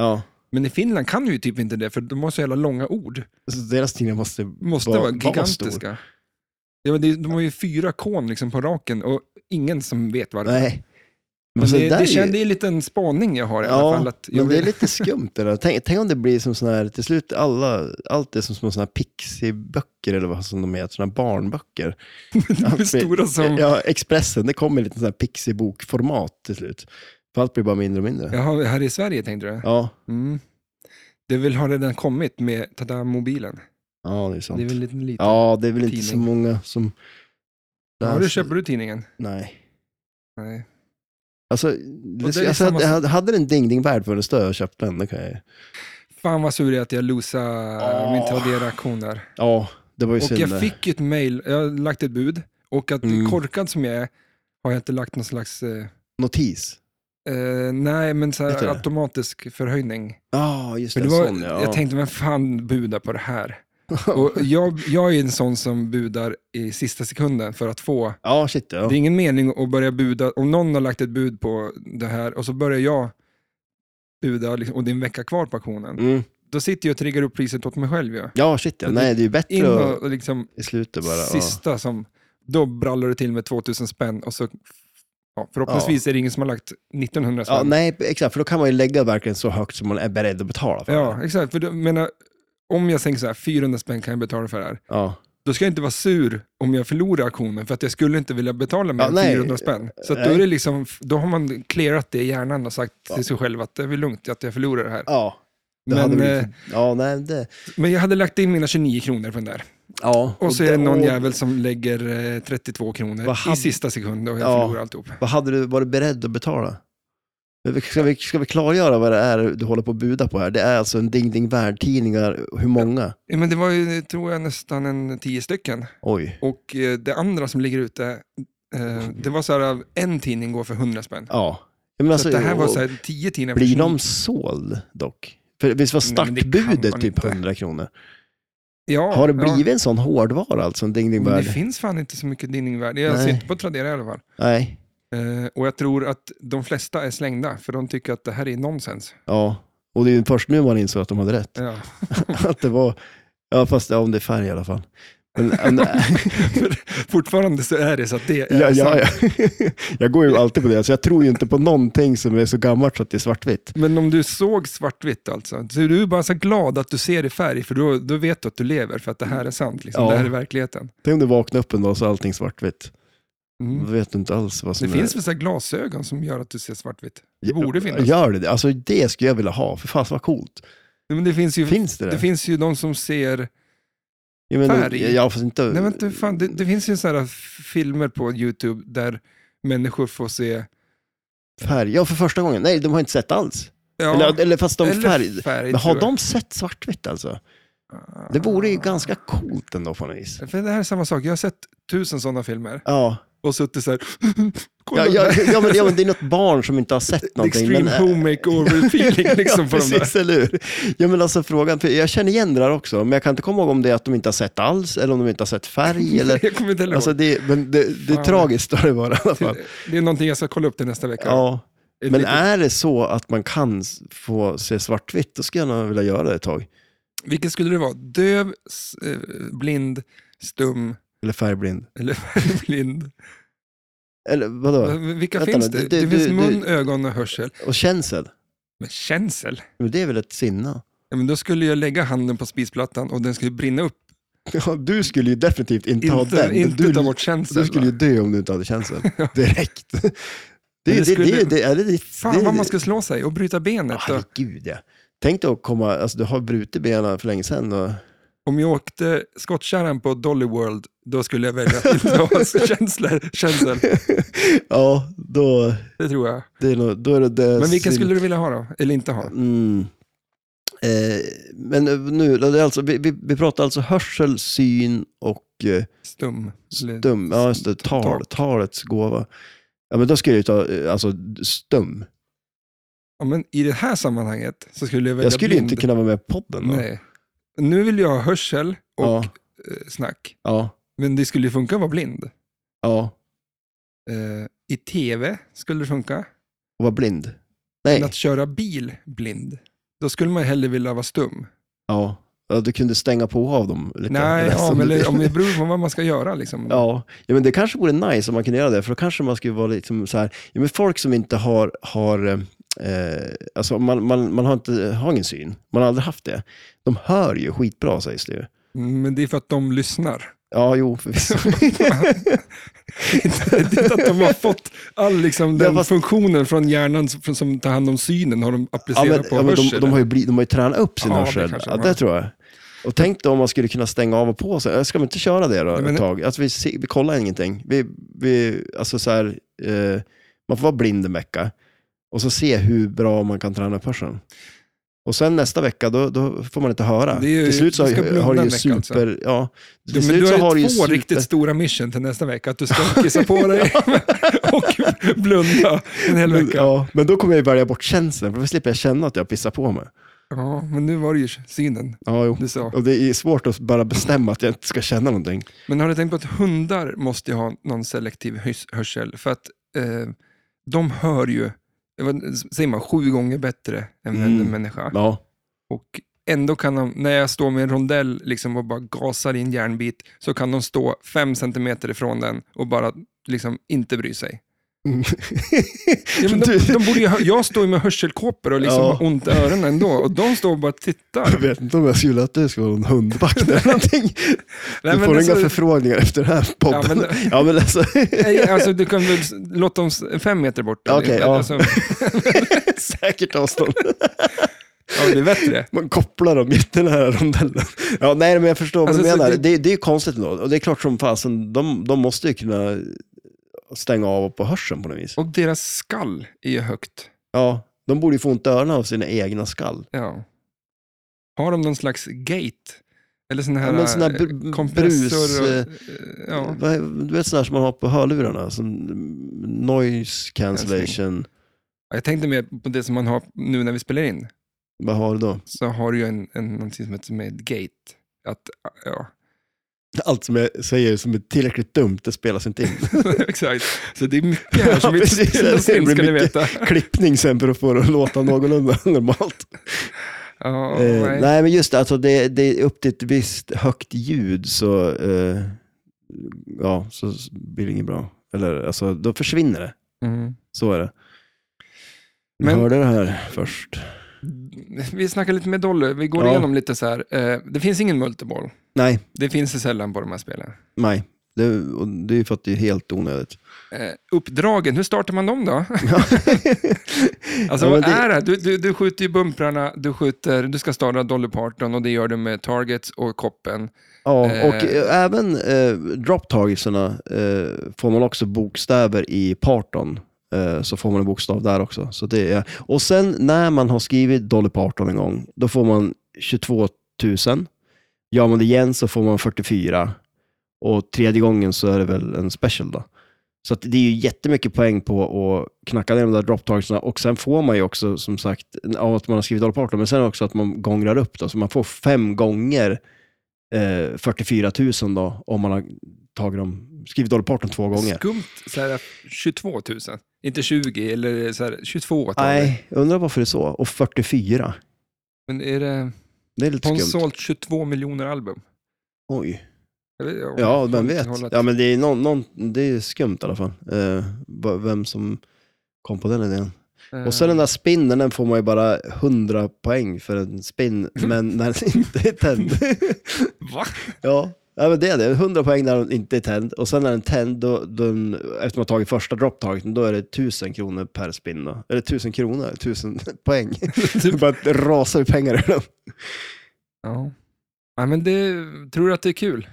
A: Men i Finland kan du ju typ inte det, för de har så jävla långa ord.
B: Så deras tidningar måste,
A: Måste
B: va-
A: vara
B: stor.
A: gigantiska. ja, men det, de har ju fyra kon liksom på raken och ingen som vet varför.
B: Nej.
A: men
B: så
A: det,
B: där
A: det,
B: är ju-
A: kände, det är en liten spaning jag har i alla
B: Ja,
A: fall. Att jag
B: Men det är
A: vill,
B: lite skumt det där. Tänk, tänk om det blir som sån här, till slut alla, allt är som små såna här pixieböcker eller vad som de heter, såna här barnböcker.
A: de är stora som...
B: Ja, Expressen, det kommer i lite sån här pixiebokformat till slut. För allt blir bara mindre och mindre.
A: Jaha, här i Sverige tänkte du?
B: Ja,
A: Mm. Det väl har redan kommit med tada-mobilen.
B: ja det är sant.
A: Det är väl lite lite.
B: Ja, alltså- det är väl inte så
A: tidning.
B: många som...
A: har du, köper du tidningen?
B: Nej.
A: Nej.
B: Alltså,
A: Och det
B: det,
A: är
B: alltså
A: samma
B: hade, hade den ding-ding-värd funnits då hade jag köpt den. Det kan jag...
A: Fan vad sur jag är att jag losade
B: Åh.
A: min Tradera-auktion där.
B: Ja, det var ju
A: Och
B: synd.
A: jag
B: det.
A: fick ju ett mail, jag har lagt ett bud och att
B: Mm.
A: korkad som jag är har jag inte lagt någon slags, eh,
B: Notis.
A: eh, nej men så
B: Vet du
A: här
B: det?
A: automatisk förhöjning.
B: Ja, just
A: För
B: det.
A: det var,
B: sån, ja.
A: Jag tänkte, vem fan budar på det
B: *laughs*
A: här? Och jag, jag är en sån som budar i sista sekunden för att få.
B: ja, shit ja.
A: Det är ingen mening att börja buda, om någon har lagt ett bud på det här och så börjar jag buda liksom, och det är en vecka kvar på auktionen.
B: Mm.
A: Då sitter jag och triggar upp priset åt mig själv. Ja.
B: Ja, shit ja.
A: Men
B: Nej, det är ju
A: In
B: bättre
A: och,
B: att
A: och liksom
B: i slutet bara. Ja.
A: sista som, då brallar det till med 2000 spänn och så ja, förhoppningsvis är det ingen som har lagt 1900
B: Ja,
A: spänn. Ja,
B: nej, exakt. För då kan man ju lägga verkligen så högt som man är beredd att betala för det.
A: exakt. För då, menar, om jag tänker så här, 400 spänn kan jag betala för det här.
B: Ja.
A: Då ska jag inte vara sur om jag förlorar auktionen för att jag skulle inte vilja betala mer
B: Ja,
A: än
B: nej.
A: 400 spänn. Så att då,
B: Nej.
A: är det liksom, då har man clearat det i hjärnan och sagt till sig själv att det är väl lugnt att jag förlorar det här.
B: Ja. Det
A: men,
B: hade blivit-
A: eh,
B: ja, nej, det...
A: men jag hade lagt in mina 29 kronor på den där.
B: Ja.
A: Och, så är det någon
B: och-
A: jävel som lägger eh, 32 kronor
B: Vad
A: i
B: hade-
A: sista sekund och jag
B: Ja.
A: förlorar alltihop.
B: Vad hade du varit beredd att betala? Ska vi, ska vi klargöra vad det är du håller på att buda på här? Det är alltså en Ding Ding Värld-tidningar, hur många?
A: Ja, men det var ju, eh, tror jag, nästan en tio stycken.
B: Oj.
A: Och eh, det andra som ligger ute, eh, det var så här, av en tidning går för 100 spänn.
B: Ja. Men
A: så
B: alltså,
A: att det här var så här, tio tidningar
B: blir
A: för
B: de såld dock? För visst var
A: Nej, men det kan
B: startbudet
A: man
B: typ
A: inte.
B: 100 kronor?
A: Ja,
B: Har det
A: ja.
B: blivit en sån hårdvara alltså, en Ding Ding
A: Men det
B: Värld?
A: finns fan inte så mycket dinningvärde. Jag
B: Nej.
A: ser inte på Tradera i alla fall.
B: Nej.
A: Eh, och jag tror att de flesta är slängda, för de tycker att det här är nonsens.
B: Ja. Och det är ju först nu man insåg att de hade
A: *laughs*
B: rätt.
A: Ja.
B: att det var, ja fast ja, om det är färg i alla fall. Men, men,
A: Fortfarande så är det så att det är
B: ja, ja,
A: sant.
B: ja. *laughs* Jag går ju alltid på det, så jag tror ju inte på någonting som är så gammalt så att det är svartvitt.
A: Men om du såg svartvitt alltså, så är du bara så glad att du ser i färg, för då, då vet du att du lever, för att det här är sant. Liksom.
B: Ja.
A: Det här är verkligheten.
B: Tänk om du vaknar upp en dag så är allting svartvitt.
A: Mm.
B: Då vet du inte alls vad
A: Det
B: som är.
A: finns vissa glasögon som gör att du ser svartvitt. Det borde finnas.
B: Gör det det? Alltså det skulle jag vilja ha, för fan vad coolt.
A: Nej, Men det finns ju,
B: Finns det det?
A: det finns ju de som ser...
B: jag menar,
A: färg?
B: Ja, fast inte...
A: Nej, men du, fan, det, det finns ju sådana här filmer på YouTube där människor får se...
B: Färg, ja för första gången. Nej, de har inte sett alls. eller, eller fast de färg... Men har
A: tror jag. Ah.
B: de sett svartvitt alltså? Det vore ju ganska coolt ändå på något vis.
A: För det här är samma sak, jag har sett tusen sådana filmer.
B: Ja,
A: och suttit så här. *laughs* Kolla *laughs*
B: Ja, ja,
A: där.
B: ja, men, ja, men det är något barn som inte har sett
A: The
B: någonting.
A: extreme
B: men, eh,
A: home makeover feeling liksom
B: *laughs* ja,
A: på de där.
B: precis, eller hur? Ja, men alltså frågan, för jag känner igen det där också, men jag kan inte komma ihåg om det är att de inte har sett alls, eller om de inte har sett färg,
A: *laughs*
B: eller...
A: Jag kommer inte heller
B: Alltså
A: ihåg.
B: det, men det, det är
A: Fan.
B: tragiskt har det varit i alla fall.
A: Det är någonting jag ska kolla upp till nästa vecka.
B: Ja.
A: Ett
B: Men eh-
A: litet-
B: är det så att man kan s- få se svartvitt, då skulle jag nog vilja göra det ett tag.
A: Vilken skulle det vara? Döv, s- eh, blind, stum *laughs*
B: Eller färgblind.
A: eller blind?
B: Eller vadå?
A: Vilka
B: Vänta
A: finns
B: nu,
A: det?
B: du-
A: Det,
B: du-
A: finns
B: du-
A: mun, ögon och hörsel.
B: Och känsel?
A: Men känsel?
B: Men det är väl ett sinne? *laughs*
A: Ja, men då skulle jag lägga handen på spisplattan och den skulle brinna upp.
B: Ja, du skulle ju definitivt inte, ha
A: Inte,
B: den.
A: inte
B: du,
A: ta bort känsel.
B: du skulle
A: va?
B: ju dö om du inte
A: *laughs*
B: hade känsel. Direkt. Det,
A: det
B: det, det,
A: skulle-
B: det, det, är det, ditt-
A: Fan
B: det,
A: vad man skulle slå sig och bryta benet.
B: Ja,
A: då.
B: herregud ja. Tänk dig att komma, alltså du har brutit benen för länge sedan. Och...
A: Om jag åkte skottkärran på Dolly World, då skulle jag välja att inte
B: *laughs*
A: ha känslor, känsel.
B: *laughs* Ja, då,
A: Det tror jag.
B: det är nog, då är det det
A: Men vilken
B: sin-
A: skulle du vilja ha då? Eller inte ha?
B: Mm. Eh, men nu, det är alltså, vi, vi, vi pratar alltså hörsel, syn och eh,
A: Stum? Eller-
B: stum. Ja, just det, tal,
A: tal.
B: talets gåva. Ja, men då skulle jag ju ta eh, alltså, stum.
A: Ja, men I det här sammanhanget så skulle jag välja
B: Jag skulle ju
A: blind.
B: inte kunna vara med i podden. Då.
A: Nej. Nu vill jag ha hörsel och
B: Ja,
A: eh, snack.
B: ja,
A: Men det skulle ju funka att vara blind.
B: ja.
A: Eh, I tv skulle det funka.
B: Och vara blind. Nej,
A: Men att köra bil blind, då skulle man ju hellre vilja vara stum.
B: ja. ja. Du kunde stänga på av dem lite.
A: Nej,
B: Eller
A: ja,
B: som
A: men
B: du-
A: det, om det beror på vad man ska göra. Liksom.
B: Ja, ja men det kanske vore nice om man kunde göra det, för då kanske man skulle vara liksom så här, ja, men folk som inte har, har eh, eh, alltså man, man, man har inte, har ingen syn, man har aldrig haft det. De hör ju skitbra sägs det ju.
A: Mm, Men det är för att de lyssnar. *laughs*
B: Ja, jo, förvisso. *laughs*
A: det är inte att de har fått all liksom, den
B: Ja, fast-
A: funktionen från hjärnan som, från- som tar hand om synen, har de
B: Ja,
A: applicerat
B: men,
A: på
B: ja, men de,
A: hörsel.
B: de, har ju bli, de har ju tränat upp sin
A: Ja, det
B: hörsel, det,
A: kanske
B: ja,
A: de har.
B: det tror jag. Och tänk då om man skulle kunna stänga av och på sig. Äh, Ska man inte köra det då
A: Nej, men-
B: ett tag? Alltså, vi, se- vi kollar ingenting. Vi, vi, alltså, så här, eh, man får vara blind en vecka och så se hur bra man kan träna upp hörseln. Och sen nästa vecka, då, då får man inte höra.
A: Det är ju-
B: till slut så
A: du ska
B: har, har
A: blunda
B: du
A: en
B: ju
A: vecka alltså.
B: super... Ja, till
A: Du, men
B: slut
A: du
B: så
A: har
B: du
A: ju två
B: super-
A: riktigt stora mission till nästa vecka. Att du ska kissa på
B: *laughs*
A: dig *laughs* och blunda en hel
B: men,
A: vecka. Ja.
B: ja, men då kommer jag ju välja bort känslan, för då slipper jag känna att jag pissar på mig.
A: men nu var det ju synen
B: Ja, jo.
A: du sa.
B: Och det är svårt att bara bestämma att jag inte ska känna någonting.
A: Men har du tänkt på att hundar måste ju ha någon selektiv hys- hörsel? För att eh, de hör ju, vad säger man, sju gånger bättre än en
B: Mm.
A: människa.
B: Ja.
A: Och ändå kan de, när jag står med en rondell liksom och bara gasar in järnbit, så kan de stå fem centimeter ifrån den och bara liksom inte bry sig. Ja, men
B: *laughs*
A: de,
B: Du-
A: de borde ju, hö- jag står ju med hörselkåpor och liksom
B: Ja.
A: har ont i öronen ändå och de står och bara
B: Jag *laughs*
A: tittar.
B: vet inte om jag skulle att du ska vara någon hundvakt eller någonting.
A: Nej,
B: du
A: men
B: får
A: alltså-
B: inga förfrågningar efter den här podden.
A: Ja,
B: Ja,
A: men-
B: men, alltså, *laughs*
A: Nej, alltså, du kan väl s- låta dem s- fem meter bort. eller?
B: Okej, ja.
A: Alltså,
B: säkert avstånd.
A: ja, det är bättre.
B: Man kopplar dem jättenära rondellen. Ja, nej, men jag förstår
A: Alltså,
B: vad
A: så
B: du menar.
A: det-
B: Det, det, är ju konstigt ändå. Och det är klart som fasen, de, de måste ju kunna stänga av på hörseln på något vis.
A: Och deras skall är ju högt.
B: Ja, de borde ju få ont i öronen av sina egna skall.
A: Ja. Har de någon slags gate? Eller sån här
B: Ja, men sån här
A: eh,
B: br-
A: kompressor? Och,
B: brus, eh,
A: eh, ja.
B: Vad är- Du vet sådana här som man har på hörlurarna, som noise cancellation.
A: Jag tänkte mer på det som man har nu när vi spelar in.
B: Vad har du då?
A: Så har du ju en, en, någonting som heter som är ett gate. Att, ja. *laughs*
B: Allt som jag säger som är tillräckligt dumt, det spelas inte in. *laughs*
A: Exakt. Så det är mycket här som
B: Ja,
A: inte
B: precis.
A: spelas
B: Det
A: in, ska
B: blir
A: ni
B: mycket.
A: veta.
B: Klippning sen för att få det att låta någorlunda *laughs* normalt.
A: Ja,
B: Eh,
A: nej.
B: nej, men just det, alltså det, det är upp till ett visst högt ljud så, eh, ja, så blir det inget bra. Eller alltså, då försvinner det.
A: Mm.
B: Så är det. Ni
A: Men-
B: hörde det här först.
A: Vi snackar lite med Dolly, vi går
B: Ja.
A: igenom lite så här. Eh, Det finns ingen multiboll.
B: Nej,
A: Det finns det sällan på de här spelen.
B: nej. Det, och det är ju för att det är helt onödigt. *laughs*
A: Eh, Uppdragen, hur startar man dem då? Alltså
B: Ja,
A: vad
B: men det-
A: är det? Du, du, du skjuter ju bumprarna, du, skjuter, du ska starta Dolly Parton och det gör du med targets och koppen.
B: Ja,
A: Eh.
B: och eh, även eh, drop targetsarna eh, får man också bokstäver i Parton. Eh, så får man en bokstav där också. Så det är, och sen när man har skrivit Dolly Parton en gång, då får man 22 000. Gör man det igen så får man 44. Och tredje gången så är det väl en special då. Så att det är ju jättemycket poäng på att knacka ner de där dropptagelserna och sen får man ju också som sagt av att man har skrivit all partner, men sen också att man gångrar upp då, så man får fem gånger eh, 44 000 då om man har tagit dem, skrivit all partner två gånger.
A: Skumt så här, 22 000. Inte 20 eller så här, 22 tar vi.
B: Nej, jag undrar varför det är så. Och 44.
A: Men är det...
B: Det är lite
A: Har hon
B: skumt.
A: sålt 22 miljoner album?
B: Oj.
A: Jag vet- jag-
B: Ja, vem
A: inte
B: vet?
A: hållet.
B: Ja, men det är, någon, någon, det är skumt i alla fall. Eh, va- vem som kom på den idén.
A: Eh,
B: Och sen den där spinnen, den får man ju bara 100 poäng för en spinn, men när den inte är tänd.
A: Eh, Va? *laughs*
B: ja. ja, men det är det. 100 poäng när den inte är tänd. Och sen när den är tänd, då, då den, efter man tagit första dropptaget, då är det 1000 kronor per spinn. Då. Eller 1000 kronor, 1000 *laughs* poäng. det bara rasar ju pengar ur den.
A: Typ- Ja. ja, men det... Tror du att det är kul?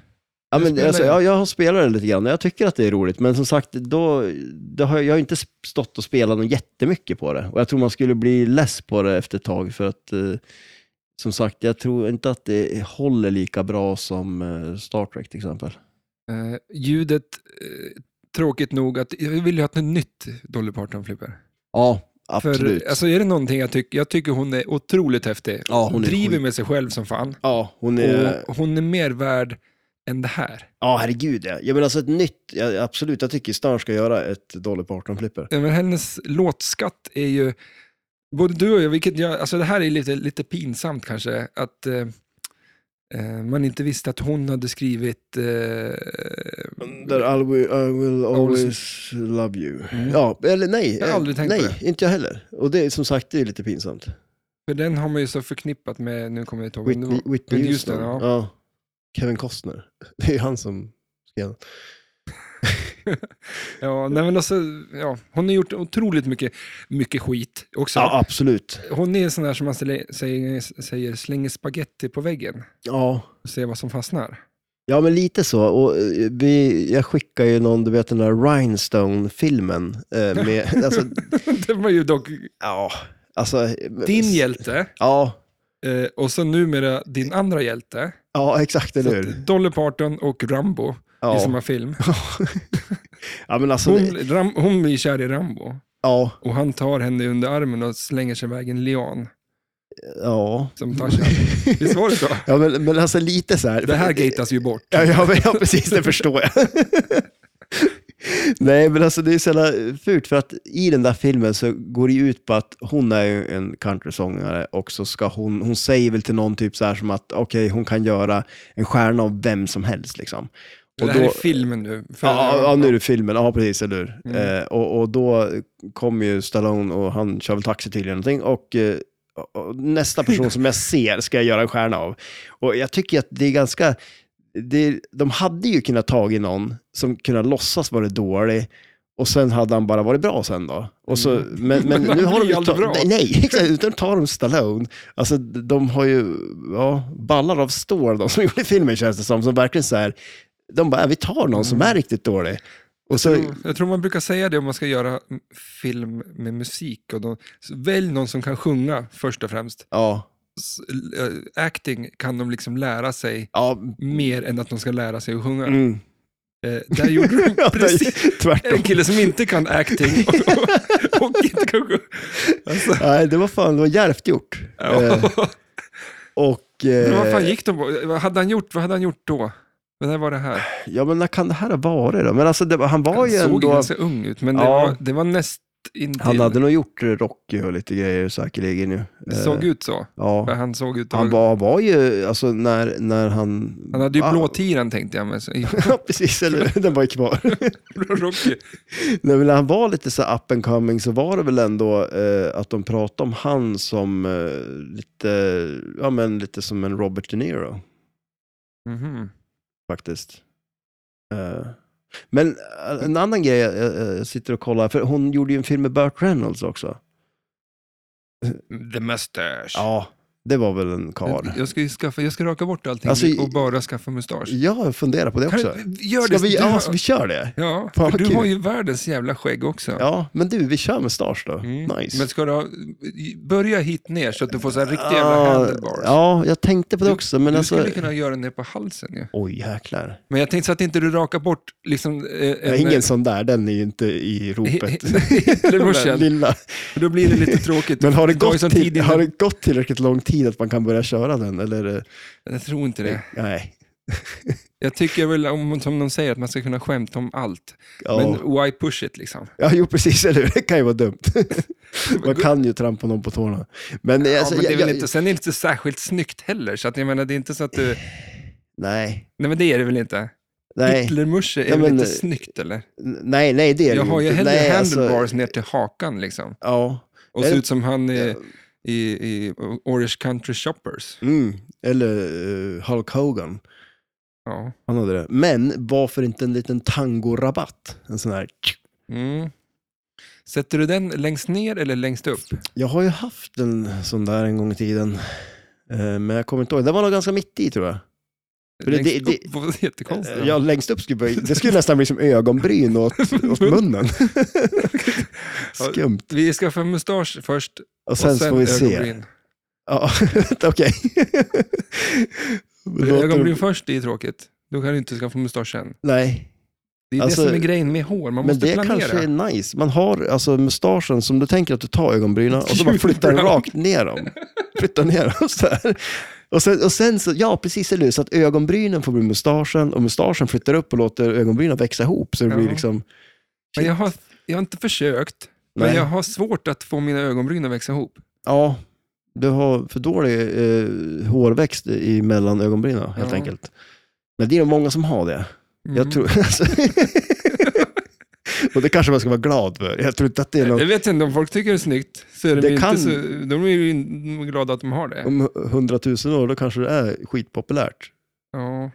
B: Ja,
A: Du
B: men,
A: spelar
B: alltså,
A: ju.
B: jag, jag har spelat den lite grann jag tycker att det är roligt. Men som sagt, då, då har jag, jag har inte stått och spelat något jättemycket på det. Och jag tror man skulle bli less på det efter ett tag för att eh, som sagt, jag tror inte att det håller lika bra som eh, Star Trek till exempel.
A: Eh, ljudet, eh, tråkigt nog, att jag vill ju ha ett nytt Dolly Parton-flipper.
B: Ja,
A: För
B: absolut.
A: alltså, är det någonting jag tycker, jag tycker hon är otroligt häftig.
B: Ja, hon är
A: driver
B: skit-
A: med sig själv som fan.
B: ja, hon är...
A: Och hon är mer värd än det här.
B: Ja, herregud ja. Jag menar alltså ett nytt, ja, absolut, jag tycker Star ska göra ett Dolly Parton-flipper.
A: Ja, Men hennes låtskatt är ju, både du och jag, vilket jag, alltså det här är lite, lite pinsamt kanske, att eh, eh, man inte visste att hon hade skrivit... Eh,
B: Där I will, I will always love you. Ja, eller nej. eh,
A: Jag har aldrig tänkt
B: nej,
A: på
B: inte jag heller. Och det är som sagt, det är lite pinsamt.
A: för den har man ju så förknippat med, nu kommer jag inte ihåg vem det
B: Whitney,
A: var.
B: Whitney
A: just det,
B: Houston. Ja.
A: ja.
B: Kevin Costner. *laughs* Det är ju han som skrev den.
A: Ja, nej, men alltså, ja, hon har gjort otroligt mycket, mycket skit också.
B: Ja, absolut.
A: Hon är en sån där som man slä- säger, säger slänger spaghetti på väggen
B: Ja.
A: och ser vad som fastnar. *laughs*
B: ja, men lite så. Och eh, vi, jag skickar ju någon, du vet den där Rhinestone-filmen.
A: *laughs*
B: Eh, med, alltså,
A: det var ju dock
B: ja, alltså.
A: din hjälte
B: Ja,
A: eh, och så numera din andra hjälte.
B: ja exakt, eller
A: Så att
B: hur?
A: Dolly Parton och Rambo i
B: Ja.
A: samma
B: *laughs*
A: film.
B: ja, men alltså.
A: Hon, Ram, hon blir kär i Rambo
B: Ja,
A: och han tar henne under armen och slänger sig iväg i en lian
B: ja.
A: som Tarzan. Visst var det så?
B: *laughs* Ja, men, men alltså lite så här.
A: Det här gatas ju bort.
B: Ja, ja, men- *laughs* ja precis, det förstår jag. Nej, men alltså det är så jävla fult för att i den där filmen så går det ju ut på att hon är ju en countrysångare och så ska hon, hon säger väl till någon typ så här som att okej, hon kan göra en stjärna av vem som helst liksom.
A: Det här är filmen nu. För-
B: Ja, ja, nu är det filmen. Ja, precis, eller hur?
A: Mm.
B: Eh, och, och då kommer ju Stallone och han kör väl taxi tydligen någonting och, eh, och- och nästa person som jag ser ska jag göra en stjärna av. Och jag tycker att det är ganska... Det, de hade ju kunnat tagit någon som kunnat låtsas vara dålig och sen hade han bara varit bra sen då. Och så,
A: Mm.
B: Men,
A: *laughs*
B: men,
A: Men han
B: nu har de
A: blir
B: ju
A: aldrig
B: ta-
A: bra.
B: Nej, nej, exakt, utan tar de Stallone. Alltså de har ju ja, ballar av stål de som *laughs* gjorde filmen känns det som. Som verkligen så här, de bara, "Äh, vi tar någon som
A: Mm.
B: är riktigt dålig. Och så,
A: Jag tror- Jag tror man brukar säga det om man ska göra m- film med musik. Och då, så välj någon som kan sjunga först och främst.
B: ja,
A: S- l- eh, Acting kan de liksom lära sig
B: ja,
A: mer än att de ska lära sig att sjunga.
B: mm. *laughs*
A: Eh, där gjorde de
B: ja
A: precis
B: nej, tvärtom.
A: en kille som inte kan acting och, och, och inte kan sjunga. Alltså,
B: Nej, det var fan, det var djärvt gjort. Eh,
A: ja.
B: och,
A: Men vad fan
B: eh,
A: gick de på? Vad hade han gjort, vad hade han gjort då? Men när var det här?
B: ja men när kan det här ha varit då? Men alltså, det, var- han var
A: Han
B: ju
A: såg ju
B: ändå...
A: ganska ung ut, men det,
B: Ja.
A: var, det var näst intill.
B: Han hade nog gjort Rocky och lite grejer säkerligen nu.
A: Det såg ut så.
B: eh, Ja.
A: För han såg ut att
B: Han
A: vara-
B: var, var ju, alltså när, när han...
A: Han hade ju
B: Ah. *laughs*
A: blå tiran tänkte jag, men så, *laughs*
B: Ja, precis. Eller, den var ju kvar.
A: Rocky.
B: Nej, men när han var lite så här up and coming så var det väl ändå eh, att de pratade om han som eh, lite, ja, men lite som en Robert De Niro
A: Mhm.
B: faktiskt. Eh, men eh, en annan grej jag, jag, jag sitter och kollar, för hon gjorde ju en film med Burt Reynolds också.
A: The Mustache.
B: Ja, Det var väl en kar.
A: Jag ska, ju skaffa, jag ska raka bort allting
B: Alltså, i-
A: och bara skaffa mustasch.
B: Ja, jag funderar på det också.
A: Kan- Gör
B: Ska
A: det.
B: vi,
A: du,
B: ja, vi kör det.
A: ja, för
B: Fan, vad
A: du
B: kul.
A: har ju världens jävla skägg också.
B: Ja, men du, vi kör mustasch då.
A: Mm.
B: Nice.
A: Men ska du ha, börja hit ner så att du får så här riktiga jävla
B: ja,
A: handlebars.
B: Ah, ja, jag tänkte på det också, men
A: du
B: alltså...
A: skulle kunna göra den ner på halsen ju.
B: Oj, jäklar.
A: Men jag tänkte så att inte du rakar bort liksom... Eh, en,
B: Ja,
A: *laughs*
B: ingen sån där, den är ju inte i ropet. Den *laughs*
A: Hitlerbrorsan.
B: lilla.
A: Då blir det lite tråkigt.
B: Men har det,
A: tar ju
B: gått
A: sån tid
B: till,
A: innan-
B: har det gått tillräckligt lång tid att man kan börja köra den? Eller? är
A: Jag tror inte det.
B: det- Nej.
A: Jag tycker väl, om, som de säger, att man ska kunna skämta om allt.
B: Ja.
A: Men why push it liksom?
B: ja, jo precis, eller hur? Det kan ju
A: *laughs*
B: vara dumt. Man kan ju trampa någon på tårna. Men,
A: Ja,
B: alltså,
A: men det är
B: jag-
A: väl
B: jag-
A: inte, sen är det inte särskilt snyggt heller, så att jag menar, det är inte så att du...
B: Nej,
A: Nej, men det är det väl inte?
B: nej,
A: Hitlermusche är
B: Ja,
A: väl
B: men-
A: inte snyggt, eller?
B: nej, nej, det är
A: Jag
B: det
A: har ju
B: inte.
A: hellre
B: nej,
A: handlebars
B: Alltså,
A: ner till hakan, liksom.
B: ja,
A: Och
B: Är
A: se
B: det-
A: ut som han i,
B: Ja.
A: i, i Orange Country Shoppers.
B: mm. eller eh, Hulk Hogan.
A: Ja.
B: Han hade det. Men varför inte en liten tangorabatt? En sån här...
A: Mm. Sätter du den längst ner eller längst upp?
B: Jag har ju haft en sån där en gång i tiden. Eh, Men jag kommer inte ihåg. Det var nog ganska mitt i tror jag. För det-
A: längst
B: det- det-
A: upp? *laughs* Vad jättekonstigt. *laughs*
B: Ja, längst upp skulle jag- det skulle nästan bli som ögonbryn åt, åt munnen. Skumt.
A: Vi skaffar mustasch först
B: Och sen,
A: och sen
B: får vi se.
A: ögonbryn.
B: Ja, *laughs* okej. Låter-
A: Ögonbryn först, det är tråkigt. Då kan du inte skaffa mustasch sen.
B: Nej,
A: Det är
B: Alltså,
A: det som är grejen med hår, man
B: men
A: måste
B: det
A: planera.
B: kanske är nice. Man har alltså mustaschen som du tänker att du tar ögonbrynen
A: *laughs*
B: och så bara flyttar den
A: Ljudbra.
B: rakt ner dem. Flyttar ner dem så här. Och sen, och sen så, ja precis eller hur, så att ögonbrynen får bli mustaschen och mustaschen flyttar upp och låter ögonbrynen växa ihop så det blir
A: Ja.
B: liksom...
A: Men jag, har, jag har inte försökt, men
B: Nej.
A: jag har svårt att få mina ögonbryn att växa ihop.
B: Ja, du har för dålig eh, hårväxt i mellan ögonbrynen helt
A: Ja.
B: enkelt. Men det är nog många som har det.
A: Mm.
B: Jag tror... *laughs* Alltså, och det kanske man ska vara glad för. Jag tror inte att det är någon...
A: Jag vet inte, om folk tycker det är snyggt, så är det
B: Det
A: väl
B: kan-
A: inte så, de är ju in- glada att de har det.
B: Om hundratusen år, då kanske det är skitpopulärt.
A: Ja.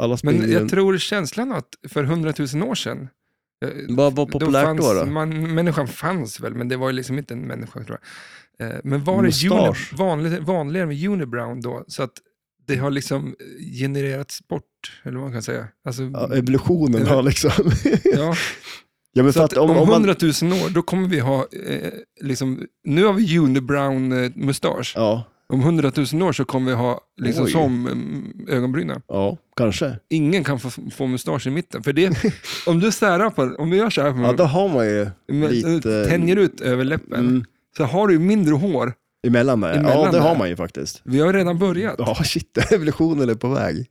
B: Alla
A: Men
B: springer
A: jag
B: runt.
A: tror känslan att för hundratusen år sedan, eh,
B: Vad var populärt
A: fanns,
B: då? då?
A: Man, människan fanns väl, men det var ju liksom inte en människa tror jag. Eh, Men var det uni,
B: Mustasch.
A: vanlig, vanligare med unibrown då? Så att det har liksom genererats bort, eller vad man kan säga. Alltså,
B: Ja, evolutionen har liksom... *laughs*
A: ja.
B: ja, men
A: Så
B: för
A: att
B: att
A: om,
B: om, om man...
A: 100 000 år, då kommer vi ha, eh, liksom, nu har vi unibrown-mustasch.
B: Ja,
A: Om 100 000 år så kommer vi ha liksom,
B: Oj.
A: som mm, ögonbrynen.
B: ja, kanske.
A: Ingen kan få, få mustasch i mitten. För det, om du särar på, om du gör så här,
B: *laughs* Ja,
A: på
B: då har man ju
A: Mm. men, eh,
B: lite-
A: tänjer ut överläppen,
B: mm,
A: så har du ju mindre hår.
B: emellan där.
A: Emellan
B: Ja, det
A: där.
B: har man ju faktiskt.
A: Vi har ju redan börjat.
B: Ja, *laughs* shit, evolutionen är på väg.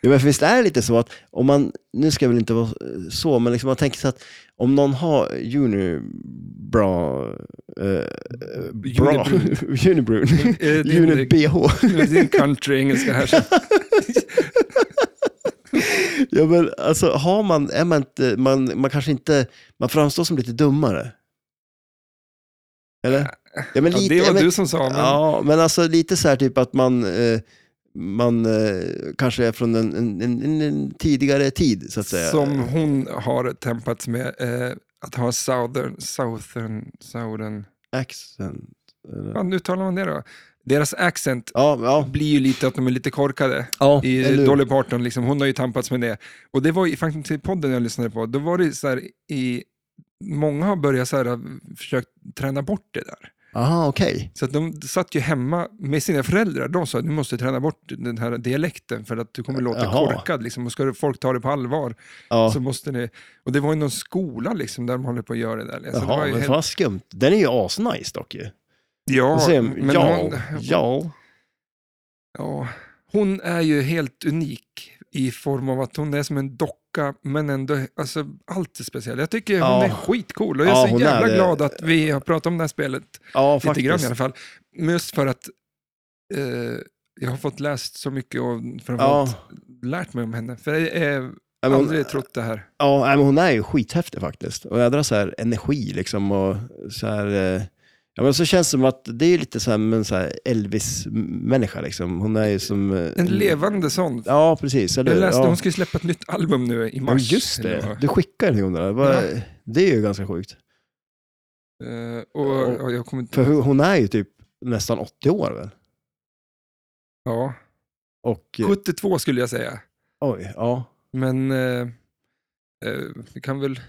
B: ja, men för visst är det lite så att om man, nu ska jag väl inte vara eh, så, men liksom man tänker sig att om någon har unibra, eh, bra, *laughs*
A: *laughs*
B: unibrun,
A: Eh, det är
B: unit
A: din-
B: bh.
A: det är *laughs* din country-engelska här. Så.
B: *laughs* Ja, men alltså har man, är man inte, man, man kanske inte, man framstår som lite dummare. Eller? Ja, men
A: Ja,
B: lite,
A: det var
B: ja, men,
A: du som sa, men
B: Ja, men alltså lite så här typ att man, eh, man eh, kanske är från en, en, en, en tidigare tid, så att säga.
A: som hon har tempats med, eh, att ha southern, southern, southern
B: Accent. eller?
A: Fan, nu talar man det då. Deras accent
B: Ja, ja.
A: blir ju lite att de är lite korkade.
B: ja
A: I
B: eller hur?
A: Dolly Parton, liksom, hon har ju tampats med det. Och det var ju faktiskt i podden jag lyssnade på, då var det så här i... Många har börjat så här, försökt träna bort det där.
B: Aha, okej.
A: Så att de satt ju hemma med sina föräldrar. De sa att du måste träna bort den här dialekten för att du kommer låta
B: Jaha.
A: korkad. Liksom. Och ska folk ta det på allvar
B: Ja.
A: så måste ni... Och det var ju någon skola liksom, där de håller på att göra det där. Alltså, det var
B: Jaha,
A: ju
B: men
A: helt-
B: fan vad skumt. Den är ju asnice dock ju.
A: Ja,
B: Och sen-
A: men
B: ja,
A: hon-
B: ja.
A: Ja, hon är ju helt unik i form av att hon är som en docka, men ändå, alltså allt är speciellt. Jag tycker hon
B: Ja.
A: är skitcool och jag
B: Ja,
A: är så
B: hon är
A: jävla
B: det.
A: glad att vi har pratat om det här spelet,
B: Ja,
A: lite
B: faktiskt.
A: grann i alla fall. Men Just för att eh, jag har fått läst så mycket och framförallt
B: Ja,
A: lärt mig om henne, för jag har
B: Ja, men hon,
A: aldrig trott det här.
B: ja, nej, men hon är ju skithäftig faktiskt. Och jädra så här energi liksom och så här... eh, Ja, men så känns det som att det är lite så här, men så här Elvis-människa liksom. Hon är ju som... eh,
A: En levande sån.
B: Ja, precis. Eller,
A: Jag
B: hur?
A: läste,
B: ja.
A: hon ska ju släppa ett nytt album nu i
B: Ja,
A: mars.
B: just
A: eller
B: det.
A: vad.
B: Du skickade en gång det där. Vad-
A: Ja.
B: Det är ju ganska sjukt.
A: Eh, och, och jag kommer inte...
B: För hon är ju typ nästan 80 år väl?
A: Ja.
B: Och, eh,
A: 72 skulle jag säga.
B: oj, ja.
A: Men eh, eh, vi kan väl...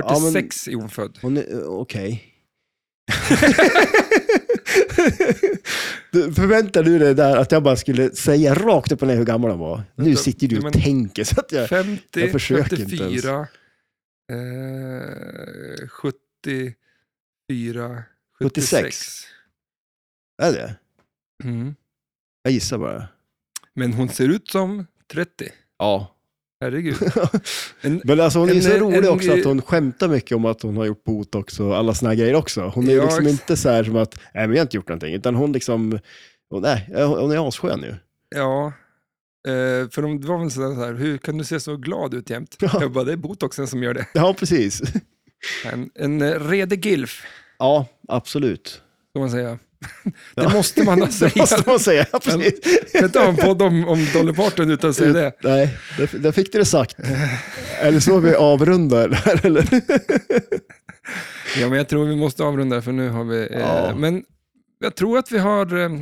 B: Ja, men-
A: 46 är hon
B: *laughs*
A: född. *laughs*
B: Hon är, eh, okej. Du, Förväntar du dig där att jag bara skulle säga rakt upp och ner hur gammal hon var? Nu
A: Vänta,
B: sitter ju
A: ja,
B: du
A: men-
B: och tänker så att jag...
A: 50,
B: jag försöker inte
A: 54, eh, 74, 76.
B: 76. Är det?
A: Mm.
B: Jag gissar bara.
A: Men hon ser ut som 30.
B: Ja. *laughs*
A: Herregud. En-
B: Men alltså hon är ju
A: en-
B: så rolig
A: en-
B: också att hon skämtar mycket om att hon har gjort botox och alla såna här grejer också. Hon är ju
A: Ja,
B: liksom
A: ex-
B: inte så här som att, nej men jag har inte gjort någonting, utan hon liksom, hon, nej, hon är asskön ju. *laughs*
A: Ja. Eh, för de det var väl sådär så här, hur kan du se så glad ut jämt?
B: Ja.
A: Jag bara, det är botoxen som gör det.
B: Ja, precis.
A: En, en eh, redig gilf,
B: Ja,
A: *laughs*
B: absolut.
A: kan man säga. Det
B: Ja.
A: måste man alltså
B: *laughs* Det
A: säga.
B: måste man säga, ja, precis.
A: Jag kan inte ha en podd om, om Dolly Parton utan att säga det.
B: Nej, där, där fick du det sagt. Eller så vi avrundar *laughs* där, eller?
A: Ja, men jag tror vi måste avrunda för nu har vi... Eh,
B: Ja.
A: Men jag tror att vi har eh, eh,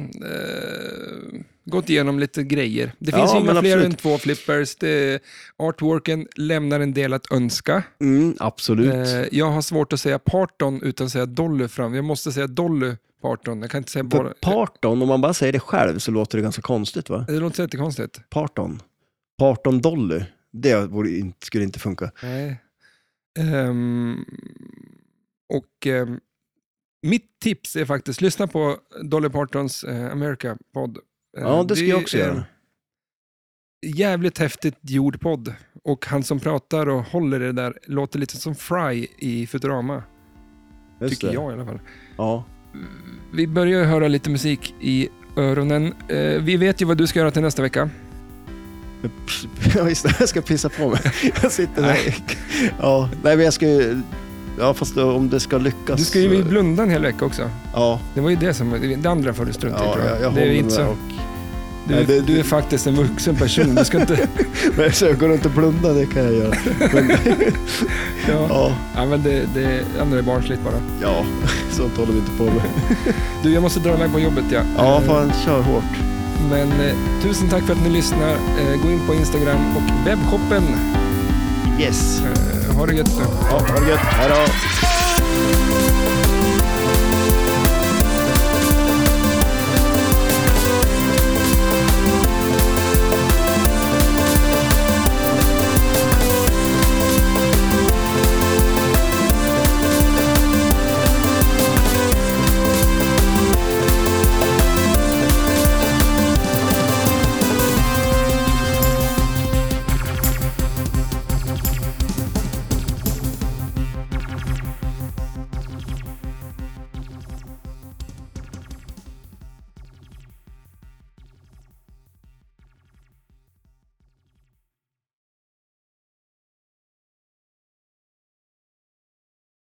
A: gått igenom lite grejer. Det
B: Ja,
A: finns ju inga
B: men
A: fler
B: absolut.
A: än två flippers. Det, artworken lämnar en del att önska.
B: Mm, absolut.
A: Eh, jag har svårt att säga Parton utan att säga Dolly fram. Jag måste säga Dolly Parton. Jag kan inte säga bara...
B: För parton, om man bara säger det själv så låter det ganska konstigt va?
A: Det låter jättekonstigt.
B: Parton. Parton Dolly. Det vore inte, skulle inte
A: Eh,
B: funka.
A: Nej. Ehm, och ehm, mitt tips är faktiskt, lyssna på Dolly Partons eh, America-podd. Eh,
B: Ja, det skulle jag också
A: är
B: göra.
A: Jävligt häftigt gjord podd. Och han som pratar och håller i det där låter lite som Fry i Futurama.
B: Just
A: tycker
B: det.
A: jag i alla fall.
B: Ja.
A: Vi börjar höra lite musik i öronen. Eh, vi vet ju vad du ska göra till nästa vecka.
B: *laughs* Ja, just det. Jag ska pissa på mig. Jag
A: *laughs*
B: sitter där. Ja, nej men jag ska ju... Ja, fast om det ska lyckas...
A: Du ska ju
B: så-
A: blunda en hel vecka också.
B: Ja,
A: Det var ju det som, det andra får du strunta i
B: ja
A: tror
B: jag, jag
A: Det är ju
B: håller
A: inte
B: mig
A: så
B: och...
A: Du,
B: Nej, det-
A: du är faktiskt en vuxen person. Du ska
B: *laughs*
A: inte...
B: Nej, så jag går inte och blundar, det kan jag göra. Men,
A: Ja.
B: ja,
A: Ja, men det, det andra är barnsligt bara.
B: ja, *laughs* sånt håller vi inte
A: *laughs*
B: på med.
A: Du, jag måste dra iväg på jobbet. Ja.
B: Ja,
A: Eh,
B: fan, kör hårt.
A: Men eh, tusen tack för att ni lyssnar. Eh, gå in på Instagram och webbshoppen.
B: Yes.
A: Eh, ha det gött nu.
B: Ja, ha det gött. Hej då.